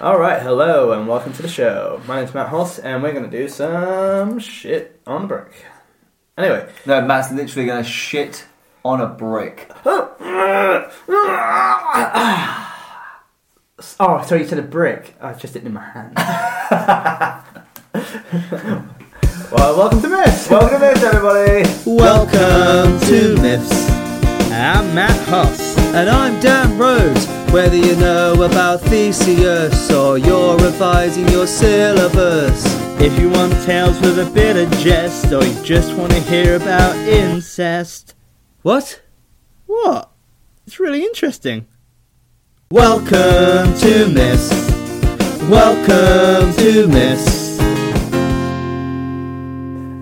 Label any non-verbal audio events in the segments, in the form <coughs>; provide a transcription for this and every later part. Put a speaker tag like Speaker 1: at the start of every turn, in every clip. Speaker 1: All right, hello and welcome to the show. My name's Matt Hoss, and we're gonna do some shit on the brick. Anyway,
Speaker 2: No, Matt's literally going to shit on a brick.
Speaker 1: oh, sorry, you said a brick. I just did it in my hand. well, welcome to Myths. Welcome to Myths, everybody.
Speaker 3: Welcome to Myths. I'm Matt Hoss. And I'm Dan Rhodes. Whether you know about Theseus or you're revising your syllabus. If you want tales with a bit of jest or you just want to hear about incest. What? What? It's really interesting. Welcome to Myths. Welcome to Myths.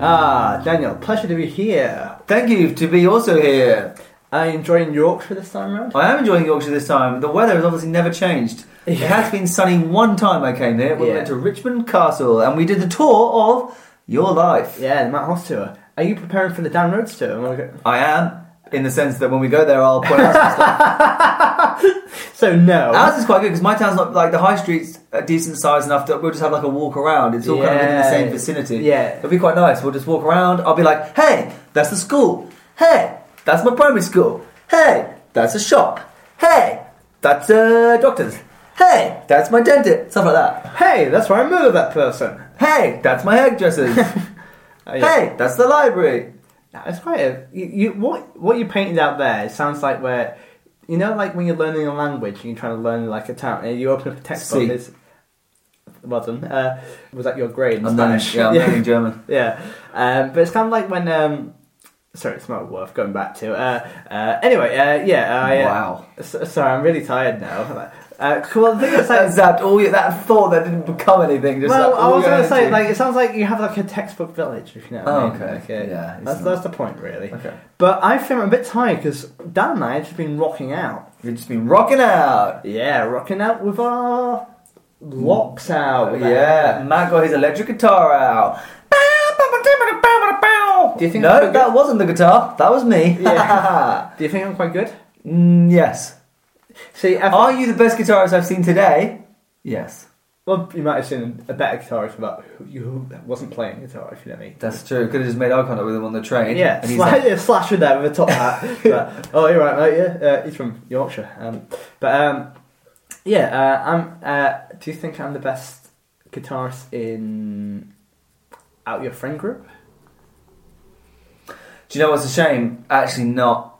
Speaker 1: Ah, Daniel, pleasure to be here.
Speaker 2: Thank you to be also here.
Speaker 1: Are you enjoying Yorkshire this time round?
Speaker 2: I am enjoying Yorkshire this time. The weather has obviously never changed. It
Speaker 1: Yeah.
Speaker 2: has been sunny one time I came here. We
Speaker 1: Yeah.
Speaker 2: went to Richmond Castle and we did the tour of your life.
Speaker 1: Yeah, the Matt Hoss tour. Are you preparing for the Dan Rhodes tour? Am I go-
Speaker 2: I am, in the sense that when we go there, I'll point out some
Speaker 1: <laughs>
Speaker 2: stuff.
Speaker 1: So no.
Speaker 2: Ours is quite good because my town's not like the high street's a decent size enough that we'll just have like a walk around. It's all kind of in the
Speaker 1: Yeah.
Speaker 2: same vicinity.
Speaker 1: Yeah.
Speaker 2: It'll be quite nice. We'll just walk around. I'll be like, hey, that's the school. Hey, that's my primary school. Hey, that's a shop. Hey, that's a uh, doctor's. Hey, that's my dentist. Stuff like that.
Speaker 1: hey, that's where I murdered that person.
Speaker 2: Hey, that's my
Speaker 1: <laughs>
Speaker 2: hairdresser's.
Speaker 1: Oh, yeah.
Speaker 2: hey, that's the library.
Speaker 1: That's quite a you, you what what you painted out there. It sounds like where you know, like when you're learning a language and you're trying to learn like a town, and you open up a textbook.
Speaker 2: See.
Speaker 1: and It's, well done. Uh, was that your grade in
Speaker 2: I'm learning,
Speaker 1: Spanish?
Speaker 2: yeah, I'm
Speaker 1: yeah,
Speaker 2: learning German.
Speaker 1: yeah. Um, but it's kind of like when. Um, sorry, it's not worth going back to. Uh, uh, anyway, uh, yeah. <laughs> I, uh,
Speaker 2: Wow.
Speaker 1: s- sorry, I'm really tired now. Uh, well, the thing
Speaker 2: <laughs>
Speaker 1: is,
Speaker 2: That
Speaker 1: like,
Speaker 2: zapped all your, that thought that didn't become anything. Just
Speaker 1: well,
Speaker 2: zapped
Speaker 1: I
Speaker 2: all
Speaker 1: was
Speaker 2: your
Speaker 1: going to say,
Speaker 2: energy.
Speaker 1: like, it sounds like you have like a textbook village, if you know what
Speaker 2: Oh,
Speaker 1: I mean.
Speaker 2: okay.
Speaker 1: Like, uh,
Speaker 2: Yeah, it's
Speaker 1: that's,
Speaker 2: not-
Speaker 1: that's the point, really.
Speaker 2: Okay.
Speaker 1: But I think I'm a bit tired because Dan and I have just been rocking out.
Speaker 2: you've just been rocking out.
Speaker 1: Yeah, rocking out with our locks out. with our-
Speaker 2: Yeah, Matt got his electric guitar out.
Speaker 1: Do you think that's
Speaker 2: no,
Speaker 1: good?
Speaker 2: that wasn't the guitar. That was me.
Speaker 1: <laughs> Yeah. Do you think I'm quite good?
Speaker 2: <laughs> Mm, yes.
Speaker 1: See, I
Speaker 2: Are you the best guitarist I've seen today? Yes,
Speaker 1: well, you might have seen a better guitarist about who, you who wasn't playing guitar, if you know me.
Speaker 2: that's true. Could have just made eye contact with him on the train.
Speaker 1: Yeah,
Speaker 2: and he's
Speaker 1: sla-
Speaker 2: like,
Speaker 1: <laughs> yeah, slasher there with a top
Speaker 2: <laughs>
Speaker 1: hat. but, oh, you're right, mate. Yeah, uh, he's from Yorkshire. Um, but um, yeah, uh, I'm. Uh, do you think I'm the best guitarist in out your friend group?
Speaker 2: Do you know what's a shame? Actually, not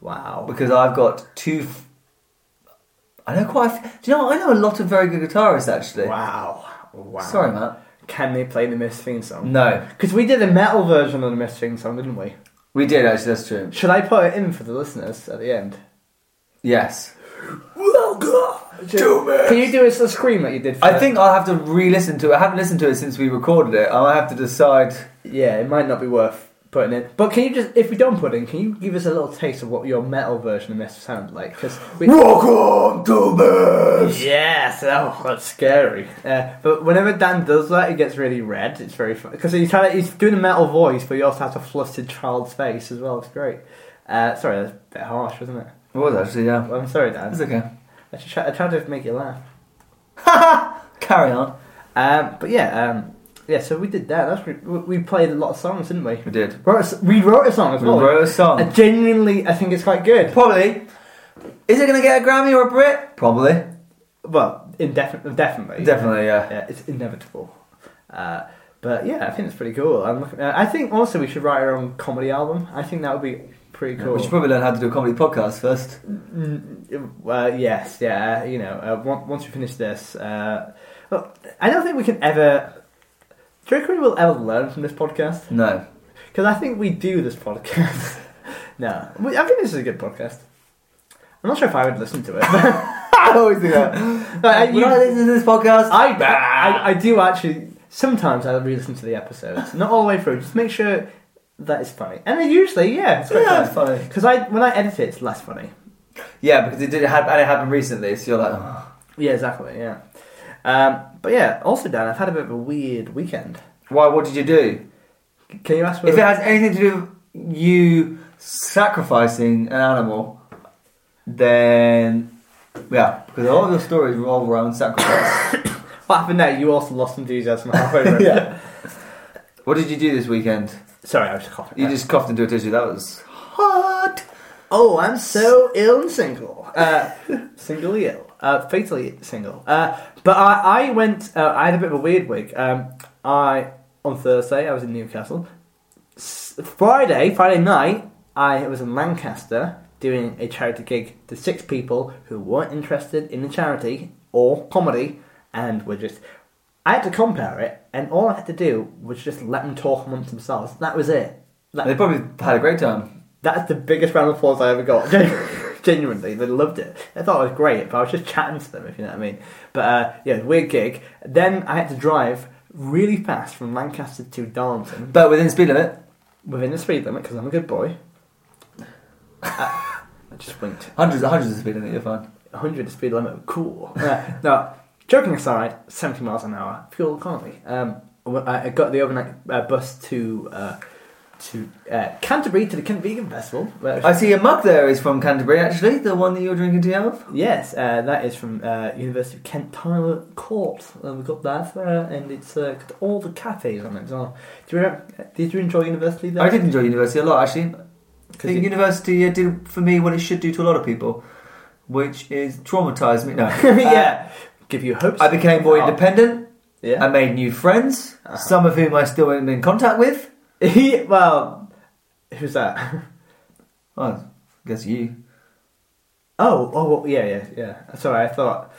Speaker 1: Wow.
Speaker 2: because I've got two. F- I know quite. A f- Do you know? what? I know a lot of very good guitarists actually.
Speaker 1: Wow. Wow.
Speaker 2: Sorry, Matt.
Speaker 1: Can they play the Miss theme song?
Speaker 2: No,
Speaker 1: Because we did a metal version of the Miss theme song, didn't we?
Speaker 2: we did actually. That's true.
Speaker 1: Should I put it in for the listeners at the end?
Speaker 2: Yes. Welcome
Speaker 1: Can you do us a scream that you did? For
Speaker 2: I think I'll have to re-listen to it. I haven't listened to it since we recorded it. I'll have to decide.
Speaker 1: Yeah, it might not be worth putting in. But can you just, if we don't put in, can you give us a little taste of what your metal version of Miss sound like? Because we.
Speaker 2: Welcome to this.
Speaker 1: Yes, oh, that's scary. Uh, but whenever Dan does that, he gets really red. It's very fun because he's trying to, he's doing a metal voice, but he also has a flustered child's face as well. It's great. Uh, sorry, that's a bit harsh, wasn't it?
Speaker 2: It was actually yeah.
Speaker 1: Well, I'm sorry, Dan.
Speaker 2: It's okay.
Speaker 1: I, should try, I tried to make you laugh.
Speaker 2: Carry on.
Speaker 1: Um, but yeah, um, yeah. So we did that. That's, we, we played a lot of songs, didn't we?
Speaker 2: We did.
Speaker 1: Wrote a s- we wrote a song as
Speaker 2: We
Speaker 1: well.
Speaker 2: wrote a song.
Speaker 1: I genuinely, I think it's quite good.
Speaker 2: Probably. Is it going to get a Grammy or a Brit? Probably.
Speaker 1: Well, indefinitely. Definitely.
Speaker 2: Definitely. Yeah.
Speaker 1: Yeah, it's inevitable. Uh, but yeah, I think it's pretty cool. I'm looking, uh, I think also we should write our own comedy album. I think that would be pretty cool.
Speaker 2: We should probably learn how to do a comedy podcast first.
Speaker 1: Mm, uh, yes, yeah. You know, uh, on- once we finish this, uh, well, I don't think we can ever. Do you reckon we will ever learn from this podcast?
Speaker 2: No.
Speaker 1: Because I think we do this podcast. <laughs> no, we, I think this is a good podcast. I'm not sure if I would listen to it. <laughs>
Speaker 2: <laughs> I always do that.
Speaker 1: But, uh,
Speaker 2: When I
Speaker 1: you-
Speaker 2: listen to this podcast,
Speaker 1: I, I I do actually. Sometimes I re-listen to the episodes, not all the way through. Just make sure that it's funny, and then usually, yeah, it's quite
Speaker 2: yeah, it's funny.
Speaker 1: Because I when I edit it, it's less funny.
Speaker 2: Yeah, because it did happen, and it happened recently. So you're like, "Oh."
Speaker 1: Yeah, exactly. Yeah. Um, but yeah, also Dan, I've had a bit of a weird weekend.
Speaker 2: why? What did you do?
Speaker 1: C- Can you ask?
Speaker 2: If
Speaker 1: whether-
Speaker 2: it has anything to do with you sacrificing an animal, then Yeah, because all of your stories revolve around <laughs> sacrifice.
Speaker 1: What happened now? You also lost enthusiasm halfway through.
Speaker 2: <laughs> Yeah. what did you do this weekend?
Speaker 1: Sorry, I was coughing.
Speaker 2: You just coughed into a tissue. That was hot.
Speaker 1: Oh, I'm so ill and single.
Speaker 2: <laughs>
Speaker 1: Uh, singly ill. Uh, fatally single. Uh, but I, I went, uh, I had a bit of a weird week. Um, I, on Thursday, I was in Newcastle. S- Friday, Friday night, I was in Lancaster doing a charity gig to six people who weren't interested in the charity or comedy and were just. I had to compare it, and all I had to do was just let them talk amongst themselves. That was it. Like,
Speaker 2: They probably had a great time.
Speaker 1: that's the biggest round of applause I ever got. <laughs> Gen- Genuinely, they loved it. They thought it was great, but I was just chatting to them, if you know what I mean. But uh, yeah, weird gig. Then I had to drive really fast from Lancaster to Darlington
Speaker 2: But within speed limit,
Speaker 1: within the speed limit because I'm a good boy. Uh, <laughs> I, I just winked.
Speaker 2: hundreds, hundreds of speed limit. You're fine.
Speaker 1: 100 speed limit, cool. Uh, no, joking aside, 70 miles an hour, fuel economy. Um, wh- I I got the overnight uh, bus to uh, to uh, Canterbury to the Kent Vegan Festival. where-
Speaker 2: I see your mug there is from Canterbury, actually, the one that you're drinking tea out of.
Speaker 1: Yes, uh, that is from uh, University of Kent Tyler Court. Uh, we got that, uh, and it's uh, got all the cafes on it as well. Do you remember, uh, did you enjoy university? There?
Speaker 2: I did enjoy university a lot, actually. I
Speaker 1: 'Cause
Speaker 2: think
Speaker 1: you-
Speaker 2: university uh, did for me what it should do to a lot of people, which is traumatise me. No,
Speaker 1: <laughs> yeah, give you hopes.
Speaker 2: Uh, I became more
Speaker 1: Oh,
Speaker 2: independent. I
Speaker 1: Yeah.
Speaker 2: made new friends, some of whom I still am in contact with.
Speaker 1: <laughs> He- well, who's that? <laughs>
Speaker 2: Oh, I guess you.
Speaker 1: Oh, oh, well, yeah, yeah, yeah. Sorry, I thought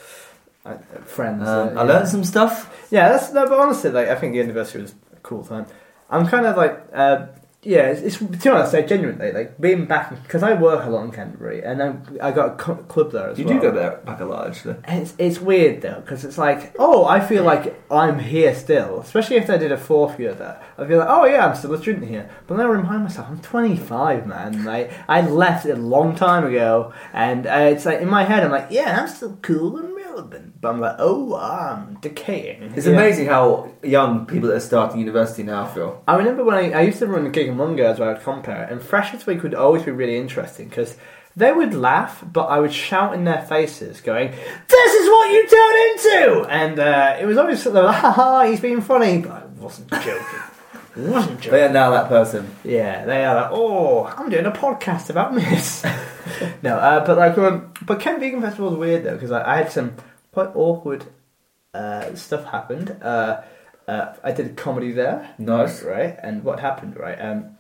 Speaker 1: uh, friends.
Speaker 2: Um,
Speaker 1: uh,
Speaker 2: I
Speaker 1: yeah.
Speaker 2: learned some stuff.
Speaker 1: Yeah, that's no, but honestly, like I think the university was a cool time. I'm kind of like, uh, yeah, it's, it's to be honest, like, genuinely, like being back because I work a lot in Canterbury, and I, I got a cu- club there as
Speaker 2: You
Speaker 1: well.
Speaker 2: do go there back a lot, actually.
Speaker 1: And It's it's weird though because it's like, oh, I feel like I'm here still, especially if I did a fourth year there. I'd be like, oh yeah, I'm still a student here. But then I remind myself, I'm 25, man. Like I left a long time ago, and uh, it's like in my head, I'm like, yeah, I'm still cool and relevant, but I'm like, oh, I'm decaying.
Speaker 2: It's
Speaker 1: Yeah.
Speaker 2: amazing how young people that are starting university now feel.
Speaker 1: I remember when I, I used to run a gig in Mungo as well at Compare, and Freshers Week would always be really interesting because they would laugh, but I would shout in their faces, going, This is what you turn into! And uh, it was always sort of, like, ha ha, he's being funny, but I wasn't joking. wasn't joking.
Speaker 2: They are now that person.
Speaker 1: Yeah, they are like, oh, I'm doing a podcast about this. no, uh, but like, um, but Kent Vegan Festival was weird though because I, I had some quite awkward uh, stuff happened. Uh, uh, I did comedy there.
Speaker 2: Nice.
Speaker 1: right? And what happened, right? Um,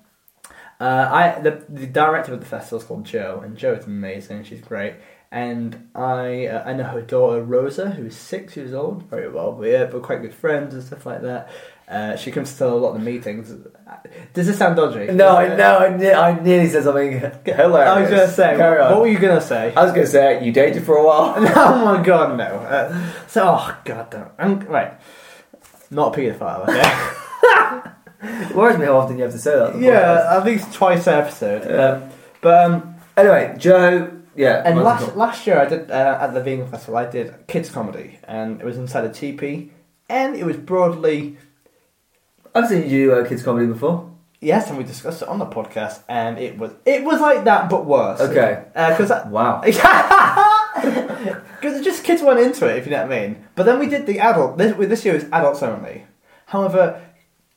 Speaker 1: uh, I the, the director of the festival is called Joe, and Joe is amazing. She's great, and I uh, I know her daughter Rosa, who's six years old, very well. But yeah, we're quite good friends and stuff like that. Uh, she comes to a lot of the meetings. Does this sound dodgy? Uh,
Speaker 2: No, I know. I, ne- I nearly said something hilarious.
Speaker 1: I was gonna say.
Speaker 2: Carry on.
Speaker 1: What were you gonna say?
Speaker 2: I was gonna say you dated for a while.
Speaker 1: <laughs> oh my god, no. Uh, so, oh god, no. I'm, right. Not a paedophile, okay? <laughs>
Speaker 2: It <laughs> worries me how often you have to say that.
Speaker 1: yeah, at least twice an episode. Um, but, um,
Speaker 2: Anyway, Joe. Yeah.
Speaker 1: And
Speaker 2: mine's
Speaker 1: last
Speaker 2: not-
Speaker 1: last year I did uh, at the Vegan Festival I did kids comedy and it was inside a teepee and it was broadly
Speaker 2: I've seen you do uh, kids comedy before.
Speaker 1: yes and we discussed it on the podcast and it was it was like that but worse Uh,
Speaker 2: Okay.
Speaker 1: because <laughs>
Speaker 2: Wow.
Speaker 1: because just kids went into it if you know what I mean but then we did the adult this this year was adults only however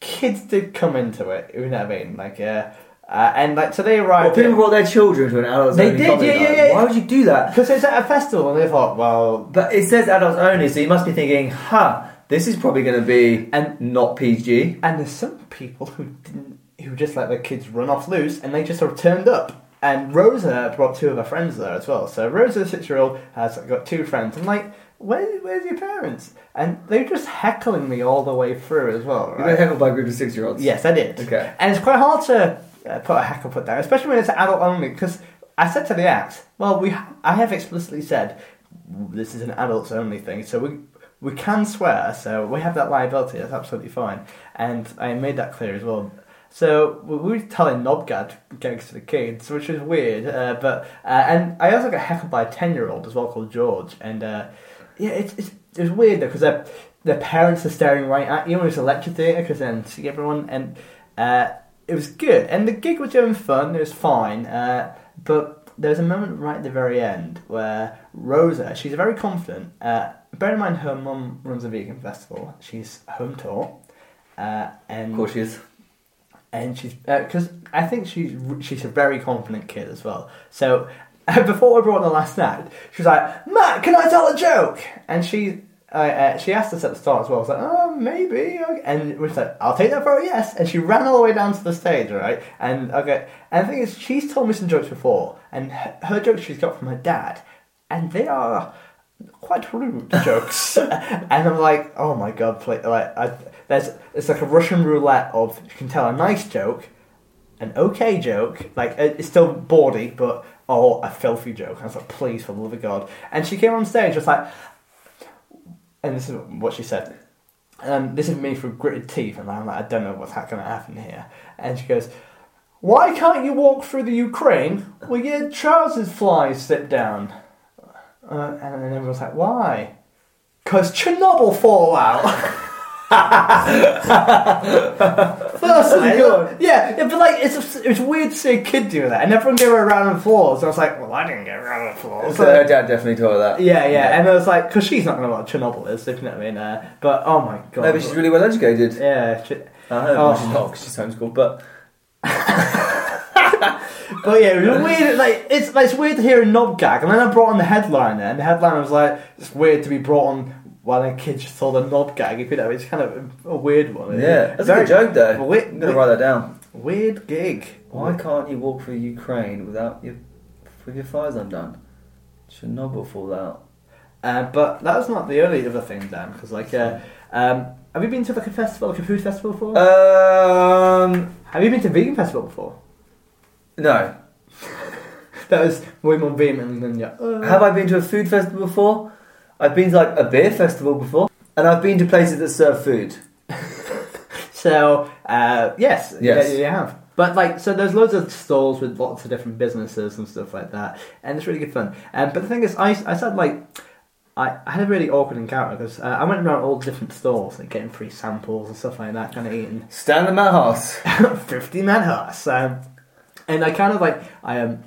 Speaker 1: kids did come into it if you know what I mean like uh, uh, and like so they
Speaker 2: Well,
Speaker 1: arrived
Speaker 2: people brought their children to an adults
Speaker 1: They
Speaker 2: only
Speaker 1: did,
Speaker 2: comedy
Speaker 1: yeah, yeah,
Speaker 2: night.
Speaker 1: yeah.
Speaker 2: Why would you do that?
Speaker 1: because it's at a festival and they thought well
Speaker 2: But it says adults only, so you must be thinking, huh, this is probably going to be
Speaker 1: And-
Speaker 2: not PG.
Speaker 1: And there's some people who didn't, who just let their kids run off loose, and they just sort of turned up. And Rosa brought two of her friends there as well. So Rosa, six-year-old, has got two friends. I'm like, Where, where's your parents? And they're just heckling me all the way through as well.
Speaker 2: You got
Speaker 1: Right?
Speaker 2: heckled by a group of six-year-olds.
Speaker 1: Yes, I did.
Speaker 2: Okay.
Speaker 1: And it's quite hard to uh, put a heckle put down, especially when it's adult only. Because I said to the act, well, we I have explicitly said this is an adults only thing, so we we can swear, so we have that liability. That's absolutely fine, and I made that clear as well. So we we were telling Nobgad gags to the kids, which was weird. Uh, but uh, and I also got heckled by a ten-year-old as well called George, and uh, yeah, it's, it's it was weird though because their their parents are staring right at you, and it's a lecture theatre because then see everyone, and uh, it was good. And the gig was doing fun; it was fine. Uh, but there's a moment right at the very end where Rosa, she's very confident. Uh, bear in mind, her mum runs a vegan festival. She's home taught, uh, and
Speaker 2: Of course she is.
Speaker 1: and she's because I think she's she's a very confident kid as well. So <laughs> before I brought on the last night, she was like, "Matt, can I tell a joke?" And she. Uh, uh, she asked us at the start as well. I was like, "Oh, maybe," okay. and we said, "I'll take that for a yes." And she ran all the way down to the stage, all right? And okay, and the thing is, she's told me some jokes before, and her, her jokes she's got from her dad, and they are quite rude jokes. and I'm like, oh my god, play, like I, there's it's like a Russian roulette of you can tell a nice joke, an okay joke, like it- it's still bawdy, but oh a filthy joke. And I was like, please for the love of God. And she came on stage, just like, and this is what she said. Um, this is me through gritted teeth, and I'm like, I don't know what's going to happen here. And she goes, "Why can't you walk through the Ukraine with your trousers flies slip down?" Uh, and then everyone's like, why? Because Chernobyl fallout. <laughs> That's really good. Yeah, yeah, but like, it's, it's weird to see a kid do that. And everyone gave her a round of applause. And I was like, well, I didn't get a round of applause.
Speaker 2: So her dad definitely told her that.
Speaker 1: yeah, yeah, and I was like, because she's not going to know what Chernobyl is, if you know what I mean. Uh, but oh my god.
Speaker 2: Maybe she's really well educated.
Speaker 1: Yeah. She,
Speaker 2: I hope
Speaker 1: Oh.
Speaker 2: she's not because she's homeschooled, but
Speaker 1: But yeah, it was weird. Like it's like, it's weird to hear a knob gag, and then I brought on the headliner, and the headliner was like, "It's weird to be brought on while a kid just saw the knob gag." If you know, it's kind of a weird one.
Speaker 2: yeah, that's a good joke though.
Speaker 1: Wait,
Speaker 2: I'm gonna write that down.
Speaker 1: weird gig.
Speaker 2: Why can't you walk through Ukraine without your with your thighs undone? Chernobyl fallout.
Speaker 1: Uh, but that was not the only other thing, Dan. Because like, uh, um, have you been to like a festival, like a food festival before?
Speaker 2: Uh, Um,
Speaker 1: have you been to a vegan festival before? <laughs>
Speaker 2: no.
Speaker 1: That was way more vehement than yeah. Uh,
Speaker 2: Have I been to a food festival before? I've been to like a beer festival before, and I've been to places that serve food.
Speaker 1: So uh, yes,
Speaker 2: Yes.
Speaker 1: yeah, you have. But like, so there's loads of stalls with lots of different businesses and stuff like that, and it's really good fun. Um, but the thing is, I I said like. I, I had a really awkward encounter because uh, I went around all the different stalls and getting free samples and stuff like that, kind of eating
Speaker 2: Stand in my
Speaker 1: <laughs>
Speaker 2: house.
Speaker 1: 50 man house. Um, and I kind of like, I um,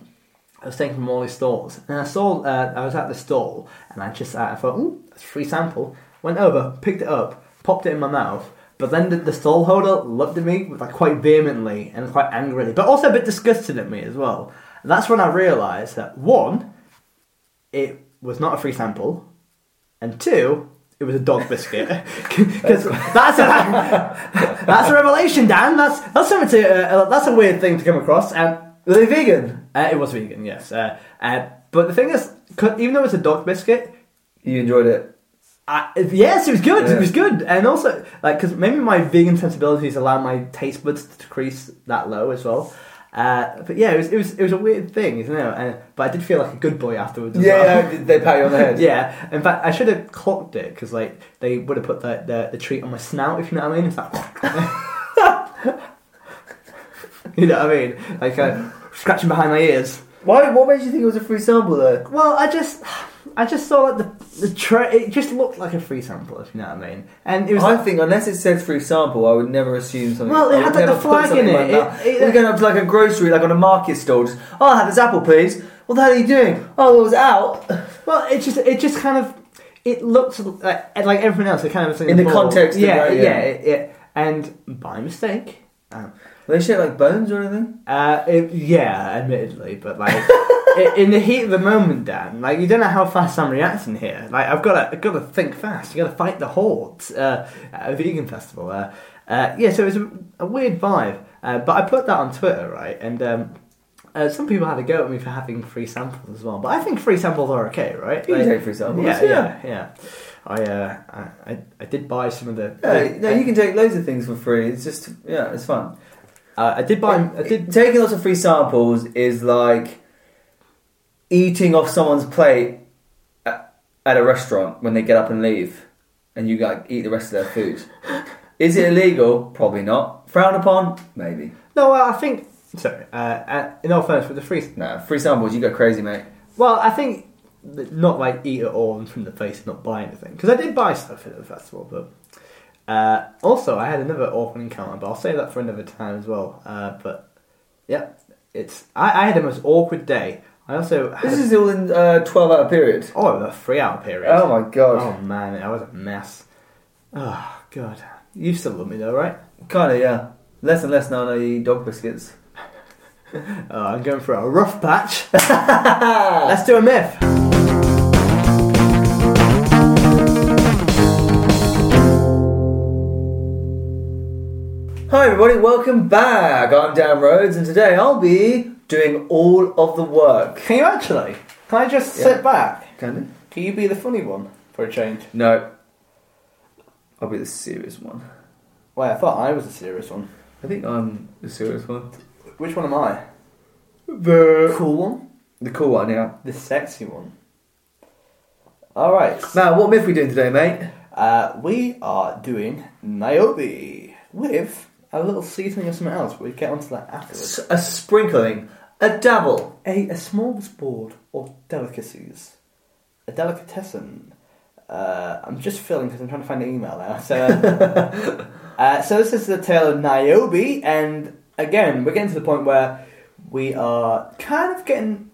Speaker 1: I was taking from all these stalls, and I saw, uh, I was at the stall, and I just, uh, I thought, ooh, that's a free sample. Went over, picked it up, popped it in my mouth, but then the, the stall holder looked at me with, like quite vehemently and quite angrily, but also a bit disgusted at me as well. And that's when I realised that one, it was not a free sample, and two, it was a dog biscuit. <laughs> Because that's a, <laughs> that's a revelation, Dan. That's that's something to, uh, uh, that's a weird thing to come across. And
Speaker 2: Were they vegan?
Speaker 1: uh, it was vegan, yes. Uh, uh, but the thing is, 'cause even though it's a dog biscuit,
Speaker 2: You enjoyed it.
Speaker 1: I, yes, it was good.
Speaker 2: Yeah.
Speaker 1: It was good, and also like because maybe my vegan sensibilities allow my taste buds to decrease that low as well. Uh, but yeah, it was, it was it was a weird thing, isn't it? And, but I did feel like a good boy afterwards. As well. <laughs>
Speaker 2: Yeah, yeah, <laughs> they pat you on the head.
Speaker 1: Yeah, in fact, I should have clocked it because like they would have put the, the the treat on my snout if you know what I mean. It's like, <laughs> you know what I mean? Like uh, scratching behind my ears.
Speaker 2: Why? What made you think it was a free sample though?
Speaker 1: Well, I just I just saw like the the tray. It just looked like a free sample, if you know what I mean. And it was
Speaker 2: I think unless it said free sample, I would never assume something.
Speaker 1: Well, it
Speaker 2: I would
Speaker 1: had, like, the
Speaker 2: never put
Speaker 1: flag
Speaker 2: something
Speaker 1: in
Speaker 2: like
Speaker 1: it. It-
Speaker 2: that.
Speaker 1: it-
Speaker 2: We're going up to like a grocery, like on a market stall. Just, oh, I'll have this apple, please. What the hell are you doing? Oh, it was out.
Speaker 1: Well, it just it just kind of it looked like, like everything else. It kind of was
Speaker 2: In the
Speaker 1: ball.
Speaker 2: context of
Speaker 1: yeah,
Speaker 2: that, yeah.
Speaker 1: yeah, yeah, yeah. And by mistake, um,
Speaker 2: Were they shaped like bones or anything?
Speaker 1: Uh, it, yeah, admittedly, but
Speaker 2: <laughs>
Speaker 1: like i in the heat of the moment, Dan, like you don't know how fast I'm reacting here. Like I've got to, I've got to think fast. You got to fight the hordes uh, at a vegan festival. Uh, uh, yeah, so it was a, a weird vibe. Uh, but I put that on Twitter, right? And um, uh, some people had a go at me for having free samples as well. But I think free samples are okay, right?
Speaker 2: You can
Speaker 1: Like-
Speaker 2: take free samples.
Speaker 1: Yeah,
Speaker 2: yeah.
Speaker 1: yeah, yeah. I, uh, I, I, I did buy some of the.
Speaker 2: Yeah, no, you can take loads of things for free. It's just, yeah, it's fun.
Speaker 1: Uh, I did buy. I did.
Speaker 2: taking lots of free samples is like eating off someone's plate at, at a restaurant when they get up and leave, and you like eat the rest of their food. is it illegal? Probably not. Frowned upon? Maybe.
Speaker 1: No, well, I think. Sorry. Uh, uh, in all fairness, with the free
Speaker 2: No, free samples, you go crazy, mate.
Speaker 1: Well, I think that not like eat it all and from the face and not buy anything because I did buy stuff at the festival, but uh, also I had another awkward encounter, but I'll save that for another time as well. Uh, but yeah, it's I, I had the most awkward day I also had
Speaker 2: This is all in uh, 12 hour period.
Speaker 1: oh a three hour period.
Speaker 2: Oh my god.
Speaker 1: Oh man, I was a mess. Oh god, you still love me though, right?
Speaker 2: Kinda, yeah. Less and less now I eat dog biscuits. <laughs>
Speaker 1: Oh, I'm going for a rough patch. <laughs>
Speaker 2: Oh.
Speaker 1: Let's do a myth.
Speaker 2: Hi everybody, welcome back. I'm Dan Rhodes and today I'll be doing all of the work.
Speaker 1: Can you actually? Can I just
Speaker 2: Yeah.
Speaker 1: sit back?
Speaker 2: Can
Speaker 1: Can you be the funny one for a change?
Speaker 2: No. I'll be the serious one.
Speaker 1: Wait, I thought I was the serious one.
Speaker 2: I think I'm the serious one.
Speaker 1: Which one am I?
Speaker 2: The
Speaker 1: cool one?
Speaker 2: the cool one, yeah.
Speaker 1: The sexy one. Alright.
Speaker 2: Now, what myth we doing today, mate?
Speaker 1: Uh, we are doing Niobe with a little seasoning of something else. We'll get onto that afterwards.
Speaker 2: S- a sprinkling, a dabble,
Speaker 1: A, a small board or delicacies. A delicatessen. Uh, I'm just filling because I'm trying to find the email now. So, uh, <laughs> so this is the tale of Niobe, and again, we're getting to the point where we are kind of getting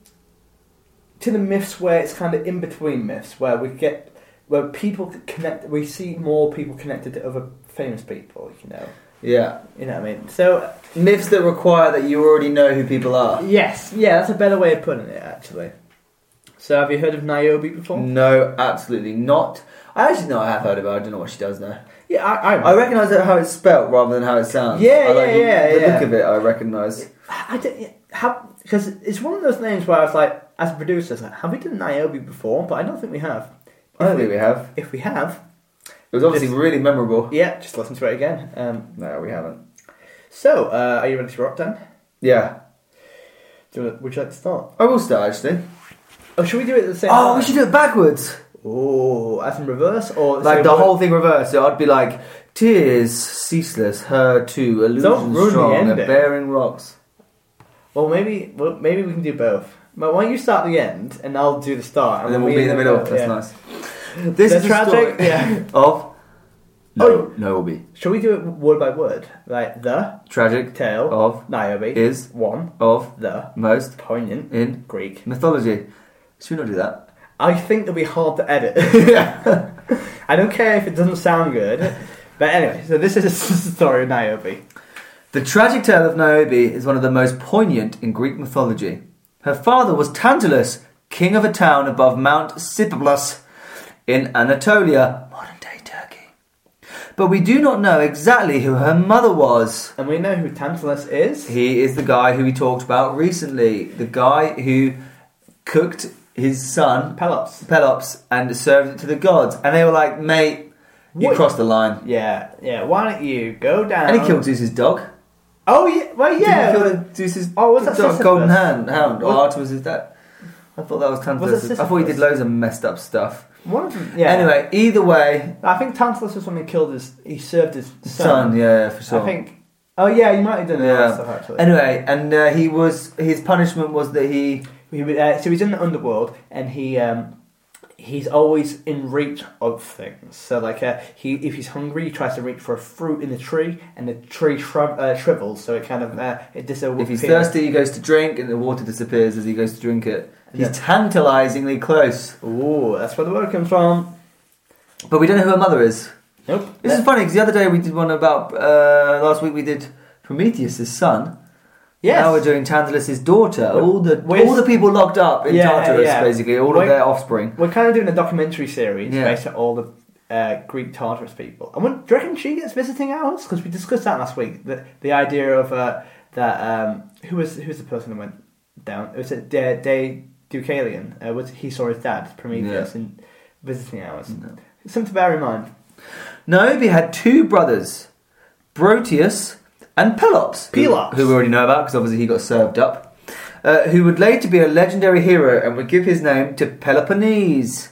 Speaker 1: to the myths where it's kind of in between myths, where we get where people connect. We see more people connected to other famous people. You know,
Speaker 2: yeah.
Speaker 1: you know what I mean. So
Speaker 2: Myths that require that you already know who people are.
Speaker 1: Yes, yeah, that's a better way of putting it, actually. So, have you heard of Niobe before?
Speaker 2: No, absolutely not. I actually know I have heard about. her. I don't know what she does now.
Speaker 1: Yeah, I,
Speaker 2: I recognise that how it's spelt rather than how it sounds.
Speaker 1: Yeah,
Speaker 2: I
Speaker 1: yeah, yeah,
Speaker 2: The
Speaker 1: yeah.
Speaker 2: look of it, I recognise.
Speaker 1: I don't how because it's one of those names where I was like, as a producer, I was like, have we done Niobe before? But I don't think we have.
Speaker 2: I don't think we have.
Speaker 1: If we have,
Speaker 2: It was obviously really memorable.
Speaker 1: yeah, just listen to it again. Um,
Speaker 2: No, we haven't.
Speaker 1: so, uh, are you ready to rock, Dan?
Speaker 2: Yeah,
Speaker 1: Do you, wanna- would you like to start?
Speaker 2: I will start actually.
Speaker 1: Oh, should we do it at the same?
Speaker 2: Oh, we should do it backwards.
Speaker 1: Oh, as in reverse or
Speaker 2: Like
Speaker 1: so
Speaker 2: the
Speaker 1: what-
Speaker 2: whole thing reversed. So I'd be like, tears ceaseless, her too,
Speaker 1: Don't
Speaker 2: illusions
Speaker 1: ruin the
Speaker 2: strong, and
Speaker 1: ending.
Speaker 2: bearing rocks.
Speaker 1: Well, maybe well, maybe we can do both. But why don't you start the end and I'll do the start,
Speaker 2: And then we'll be in the middle. That's
Speaker 1: yeah.
Speaker 2: nice. This
Speaker 1: The
Speaker 2: is
Speaker 1: tragic-
Speaker 2: the story
Speaker 1: yeah.
Speaker 2: <laughs> of
Speaker 1: Oh.
Speaker 2: no, no, will be
Speaker 1: Shall we do it word by word? Like the
Speaker 2: tragic
Speaker 1: tale
Speaker 2: of
Speaker 1: Niobe
Speaker 2: is
Speaker 1: one
Speaker 2: of
Speaker 1: the
Speaker 2: most
Speaker 1: poignant
Speaker 2: in
Speaker 1: Greek.
Speaker 2: mythology. Should we not do that?
Speaker 1: I think it'll be hard to
Speaker 2: <laughs>
Speaker 1: edit. <laughs> I don't care if it doesn't sound good. But anyway, so this is <laughs> the story of Niobe.
Speaker 2: The tragic tale of Niobe is one of the most poignant in Greek mythology. Her father was Tantalus, king of a town above Mount Sipylus in Anatolia, modern day Turkey. But we do not know exactly who her mother was.
Speaker 1: And we know who Tantalus is.
Speaker 2: He is the guy who we talked about recently, the guy who cooked his son
Speaker 1: Pelops.
Speaker 2: Pelops and served it to the gods. And they were like, mate, you
Speaker 1: What? Uh-huh.
Speaker 2: crossed the line.
Speaker 1: Yeah, yeah. Why don't you go down?
Speaker 2: And he killed Zeus's dog.
Speaker 1: Oh yeah, well
Speaker 2: Yeah.
Speaker 1: yeah.
Speaker 2: Didn't he kill the Zeus's
Speaker 1: Oh, was that
Speaker 2: dog,
Speaker 1: Sisyphus?
Speaker 2: golden hand, hound? Or
Speaker 1: Was-
Speaker 2: Artemis is that? I thought that was Tantalus.
Speaker 1: Was it
Speaker 2: I thought he did
Speaker 1: Sisyphus?
Speaker 2: loads of messed up stuff.
Speaker 1: One of them. Yeah.
Speaker 2: Anyway, either way,
Speaker 1: I think Tantalus was when he killed his. He served his son.
Speaker 2: son, yeah, yeah, for sure.
Speaker 1: I think. Oh yeah, he might have done
Speaker 2: Yeah.
Speaker 1: that stuff actually.
Speaker 2: Anyway, and uh, he was his punishment was that he
Speaker 1: He, would- uh, so he's in the underworld, and he um, he's always in reach of things. So like, uh, he if he's hungry, he tries to reach for a fruit in the tree, and the tree shriv- uh, shrivels, so it kind of uh, it disappears.
Speaker 2: if he's thirsty he goes to drink and the water disappears as he goes to drink it. He's
Speaker 1: Yeah.
Speaker 2: tantalizingly close,
Speaker 1: Ooh, that's where the word comes from.
Speaker 2: but we don't know who her mother is.
Speaker 1: Nope.
Speaker 2: This is funny because the other day we did one about uh, last week we did Prometheus' son.
Speaker 1: Yes.
Speaker 2: Now we're doing Tantalus' daughter. All the
Speaker 1: We're-
Speaker 2: all the people locked up in
Speaker 1: Yeah,
Speaker 2: Tartarus,
Speaker 1: yeah.
Speaker 2: basically, all
Speaker 1: We're-
Speaker 2: of their offspring.
Speaker 1: We're kind of doing a documentary series
Speaker 2: Yeah.
Speaker 1: based on all the uh, Greek Tartarus people. And when, do you reckon she gets visiting hours? Because we discussed that last week. The, the idea of uh, that um, who was who was the person who went down? Was it De, De Deucalion? Uh, was he saw his dad Prometheus in visiting hours? Something to bear in mind.
Speaker 2: Niobe had two brothers, Brotius and Pelops. who-
Speaker 1: Pelops.
Speaker 2: Who, we already know about because obviously he got served up. Uh, who would later be a legendary hero and would give his name to Peloponnese.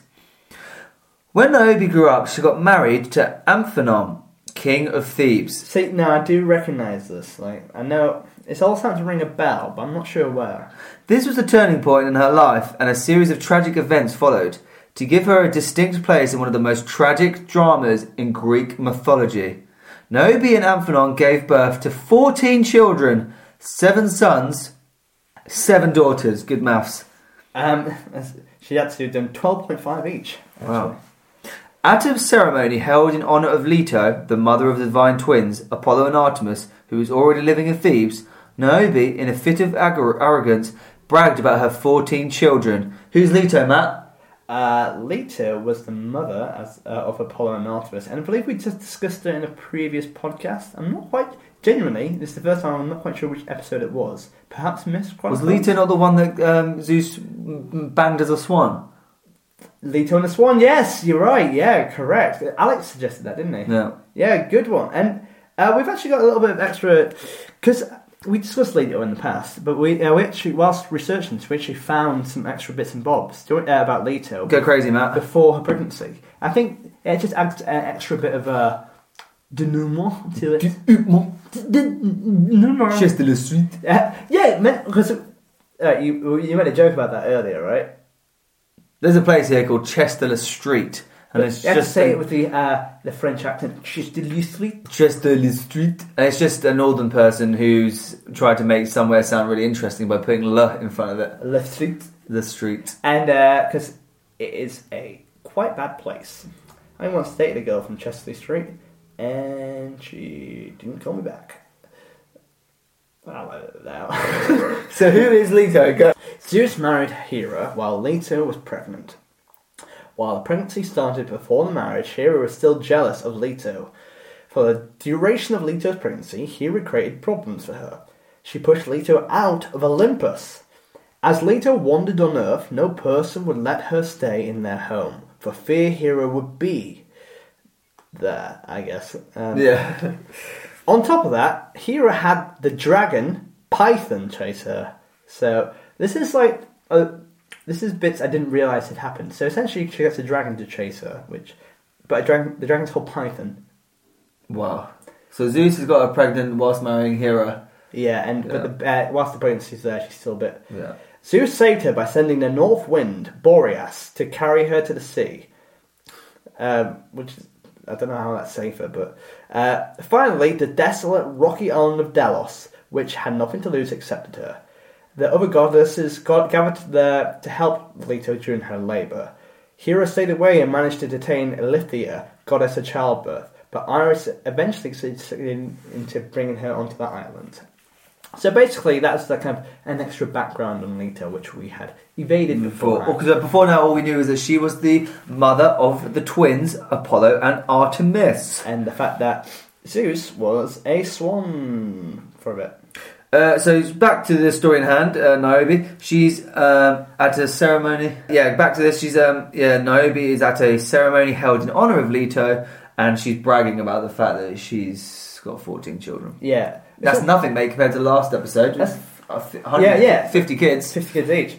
Speaker 2: When Niobe grew up, she got married to Amphinon, king of Thebes.
Speaker 1: See, no, I do recognise this. Like, I know it's all starting to ring a bell, but I'm not sure where.
Speaker 2: This was a turning point in her life, and a series of tragic events followed to give her a distinct place in one of the most tragic dramas in Greek mythology. Niobe and Amphinon gave birth to 14 children, seven sons, seven daughters. Good maths.
Speaker 1: Um, <laughs> she had to have done 12.5 each.
Speaker 2: Wow. At a ceremony held in honour of Leto, the mother of the divine twins, Apollo and Artemis, who was already living in Thebes, Niobe, in a fit of agor- arrogance, bragged about her 14 children. Who's Leto, Matt?
Speaker 1: Uh, Leto was the mother as, uh, of Apollo and Artemis, and I believe we just discussed her in a previous podcast. I'm not quite genuinely. This is the first time I'm not quite sure which episode it was. Perhaps Miss
Speaker 2: Was
Speaker 1: Chronicles.
Speaker 2: Leto not the one that um, Zeus m- m- banged as a swan?
Speaker 1: Leto and the Swan. Yes, you're right. Yeah, correct. Alex suggested that, didn't he?
Speaker 2: No.
Speaker 1: Yeah, good one. And uh, we've actually got a little bit of extra because we discussed Leto in the past, but we uh, we actually whilst researching, this, we actually found some extra bits and bobs to, uh, about Leto
Speaker 2: Go crazy, Matt.
Speaker 1: before her pregnancy. I think it just adds an extra bit of a denouement to it. Denouement.
Speaker 2: Just the street.
Speaker 1: Uh, yeah, because uh, you you made a joke about that earlier, right?
Speaker 2: There's a place here called Chester Le Street, and it's
Speaker 1: you have to
Speaker 2: just
Speaker 1: say it with the uh, the French accent. She's deliciously.
Speaker 2: Chester Le Street. And it's just a northern person who's tried to make somewhere sound really interesting by putting Le in front of it.
Speaker 1: Left street.
Speaker 2: The street.
Speaker 1: And because it is a quite bad place. I once dated a girl from Chesley Street, and she didn't call me back. I'll edit it <laughs> out.
Speaker 2: So who is Leto? Go.
Speaker 1: Zeus married Hera while Leto was pregnant. While the pregnancy started before the marriage, Hera was still jealous of Leto. For the duration of Leto's pregnancy, Hera created problems for her. She pushed Leto out of Olympus. As Leto wandered on Earth, no person would let her stay in their home, for fear Hera would be there, I guess. Um,
Speaker 2: Yeah.
Speaker 1: on top of that, Hera had the dragon Python chase her. So this is like uh, this is bits I didn't realize had happened. So essentially, she gets a dragon to chase her, which but a dragon, the dragon's called Python.
Speaker 2: Wow. So Zeus has got her pregnant whilst marrying Hera.
Speaker 1: Yeah, and but the, uh, whilst the pregnancy's there, she's still a bit.
Speaker 2: Yeah.
Speaker 1: Zeus saved her by sending the north wind Boreas to carry her to the sea, um, which is, I don't know how that's safer. But uh, finally, the desolate rocky island of Delos, which had nothing to lose, accepted her. The other goddesses got gathered there to help Leto during her labour. Hera stayed away and managed to detain Elithia, goddess of childbirth, but Iris eventually succeeded in- into bringing her onto that island. So basically, that's the kind of an extra background on Leto, which we had evaded before.
Speaker 2: Before, because before now, all we knew is that she was the mother of the twins Apollo and Artemis.
Speaker 1: and the fact that Zeus was a swan for a bit.
Speaker 2: Uh, so it's back to the story in hand, uh, Niobe. She's um, at a ceremony. Yeah, back to this. She's um, yeah, Niobe is at a ceremony held in honor of Leto, and she's bragging about the fact that she's got fourteen children.
Speaker 1: Yeah,
Speaker 2: That's nothing, mate, compared to last episode.
Speaker 1: That's-
Speaker 2: Uh, fi- 150
Speaker 1: yeah.
Speaker 2: kids.
Speaker 1: fifty kids each.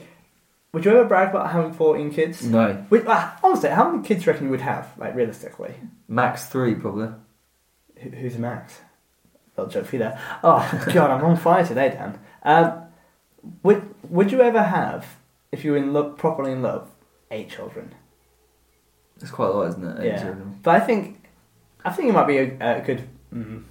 Speaker 1: Would you ever brag about having fourteen kids?
Speaker 2: No,
Speaker 1: Wait, uh, honestly, how many kids do you reckon you would have, like realistically?
Speaker 2: max three probably.
Speaker 1: Who, who's Max? Little joke for you there. Oh God, I'm on fire today, Dan. Um, would Would you ever have, if you were in love, properly in love, eight children?
Speaker 2: That's quite a lot, isn't it? Eight
Speaker 1: yeah,
Speaker 2: children.
Speaker 1: but I think, I think it might be a, a good. Mm,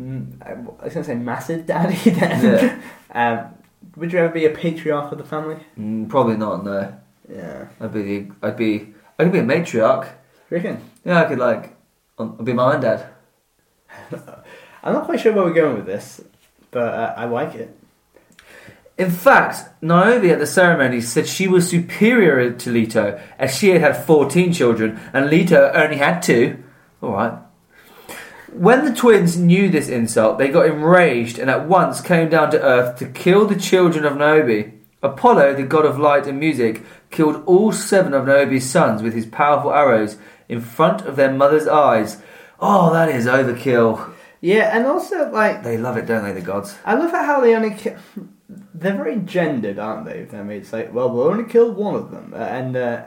Speaker 1: mm, I was gonna say massive daddy. <laughs> Then, um, would you ever be a patriarch of the family?
Speaker 2: Mm, probably not. No,
Speaker 1: Yeah,
Speaker 2: I'd be. The, I'd be. I could be a matriarch.
Speaker 1: you reckon?
Speaker 2: Yeah, I could like. um, I'd be my own dad.
Speaker 1: I'm not quite sure where we're going with this, but uh, I like it.
Speaker 2: In fact, Niobe at the ceremony said she was superior to Leto, as she had had 14 children and Leto only had two. Alright. When the twins knew this insult, they got enraged and at once came down to earth to kill the children of Niobe. Apollo, the god of light and music, killed all seven of Niobe's sons with his powerful arrows in front of their mother's eyes. Oh, that is overkill.
Speaker 1: Yeah, and also like
Speaker 2: They love it, don't they, the gods?
Speaker 1: I love at how they only ki- they're very gendered, aren't they? I mean, it's like, well, we'll only kill one of them, uh, and uh,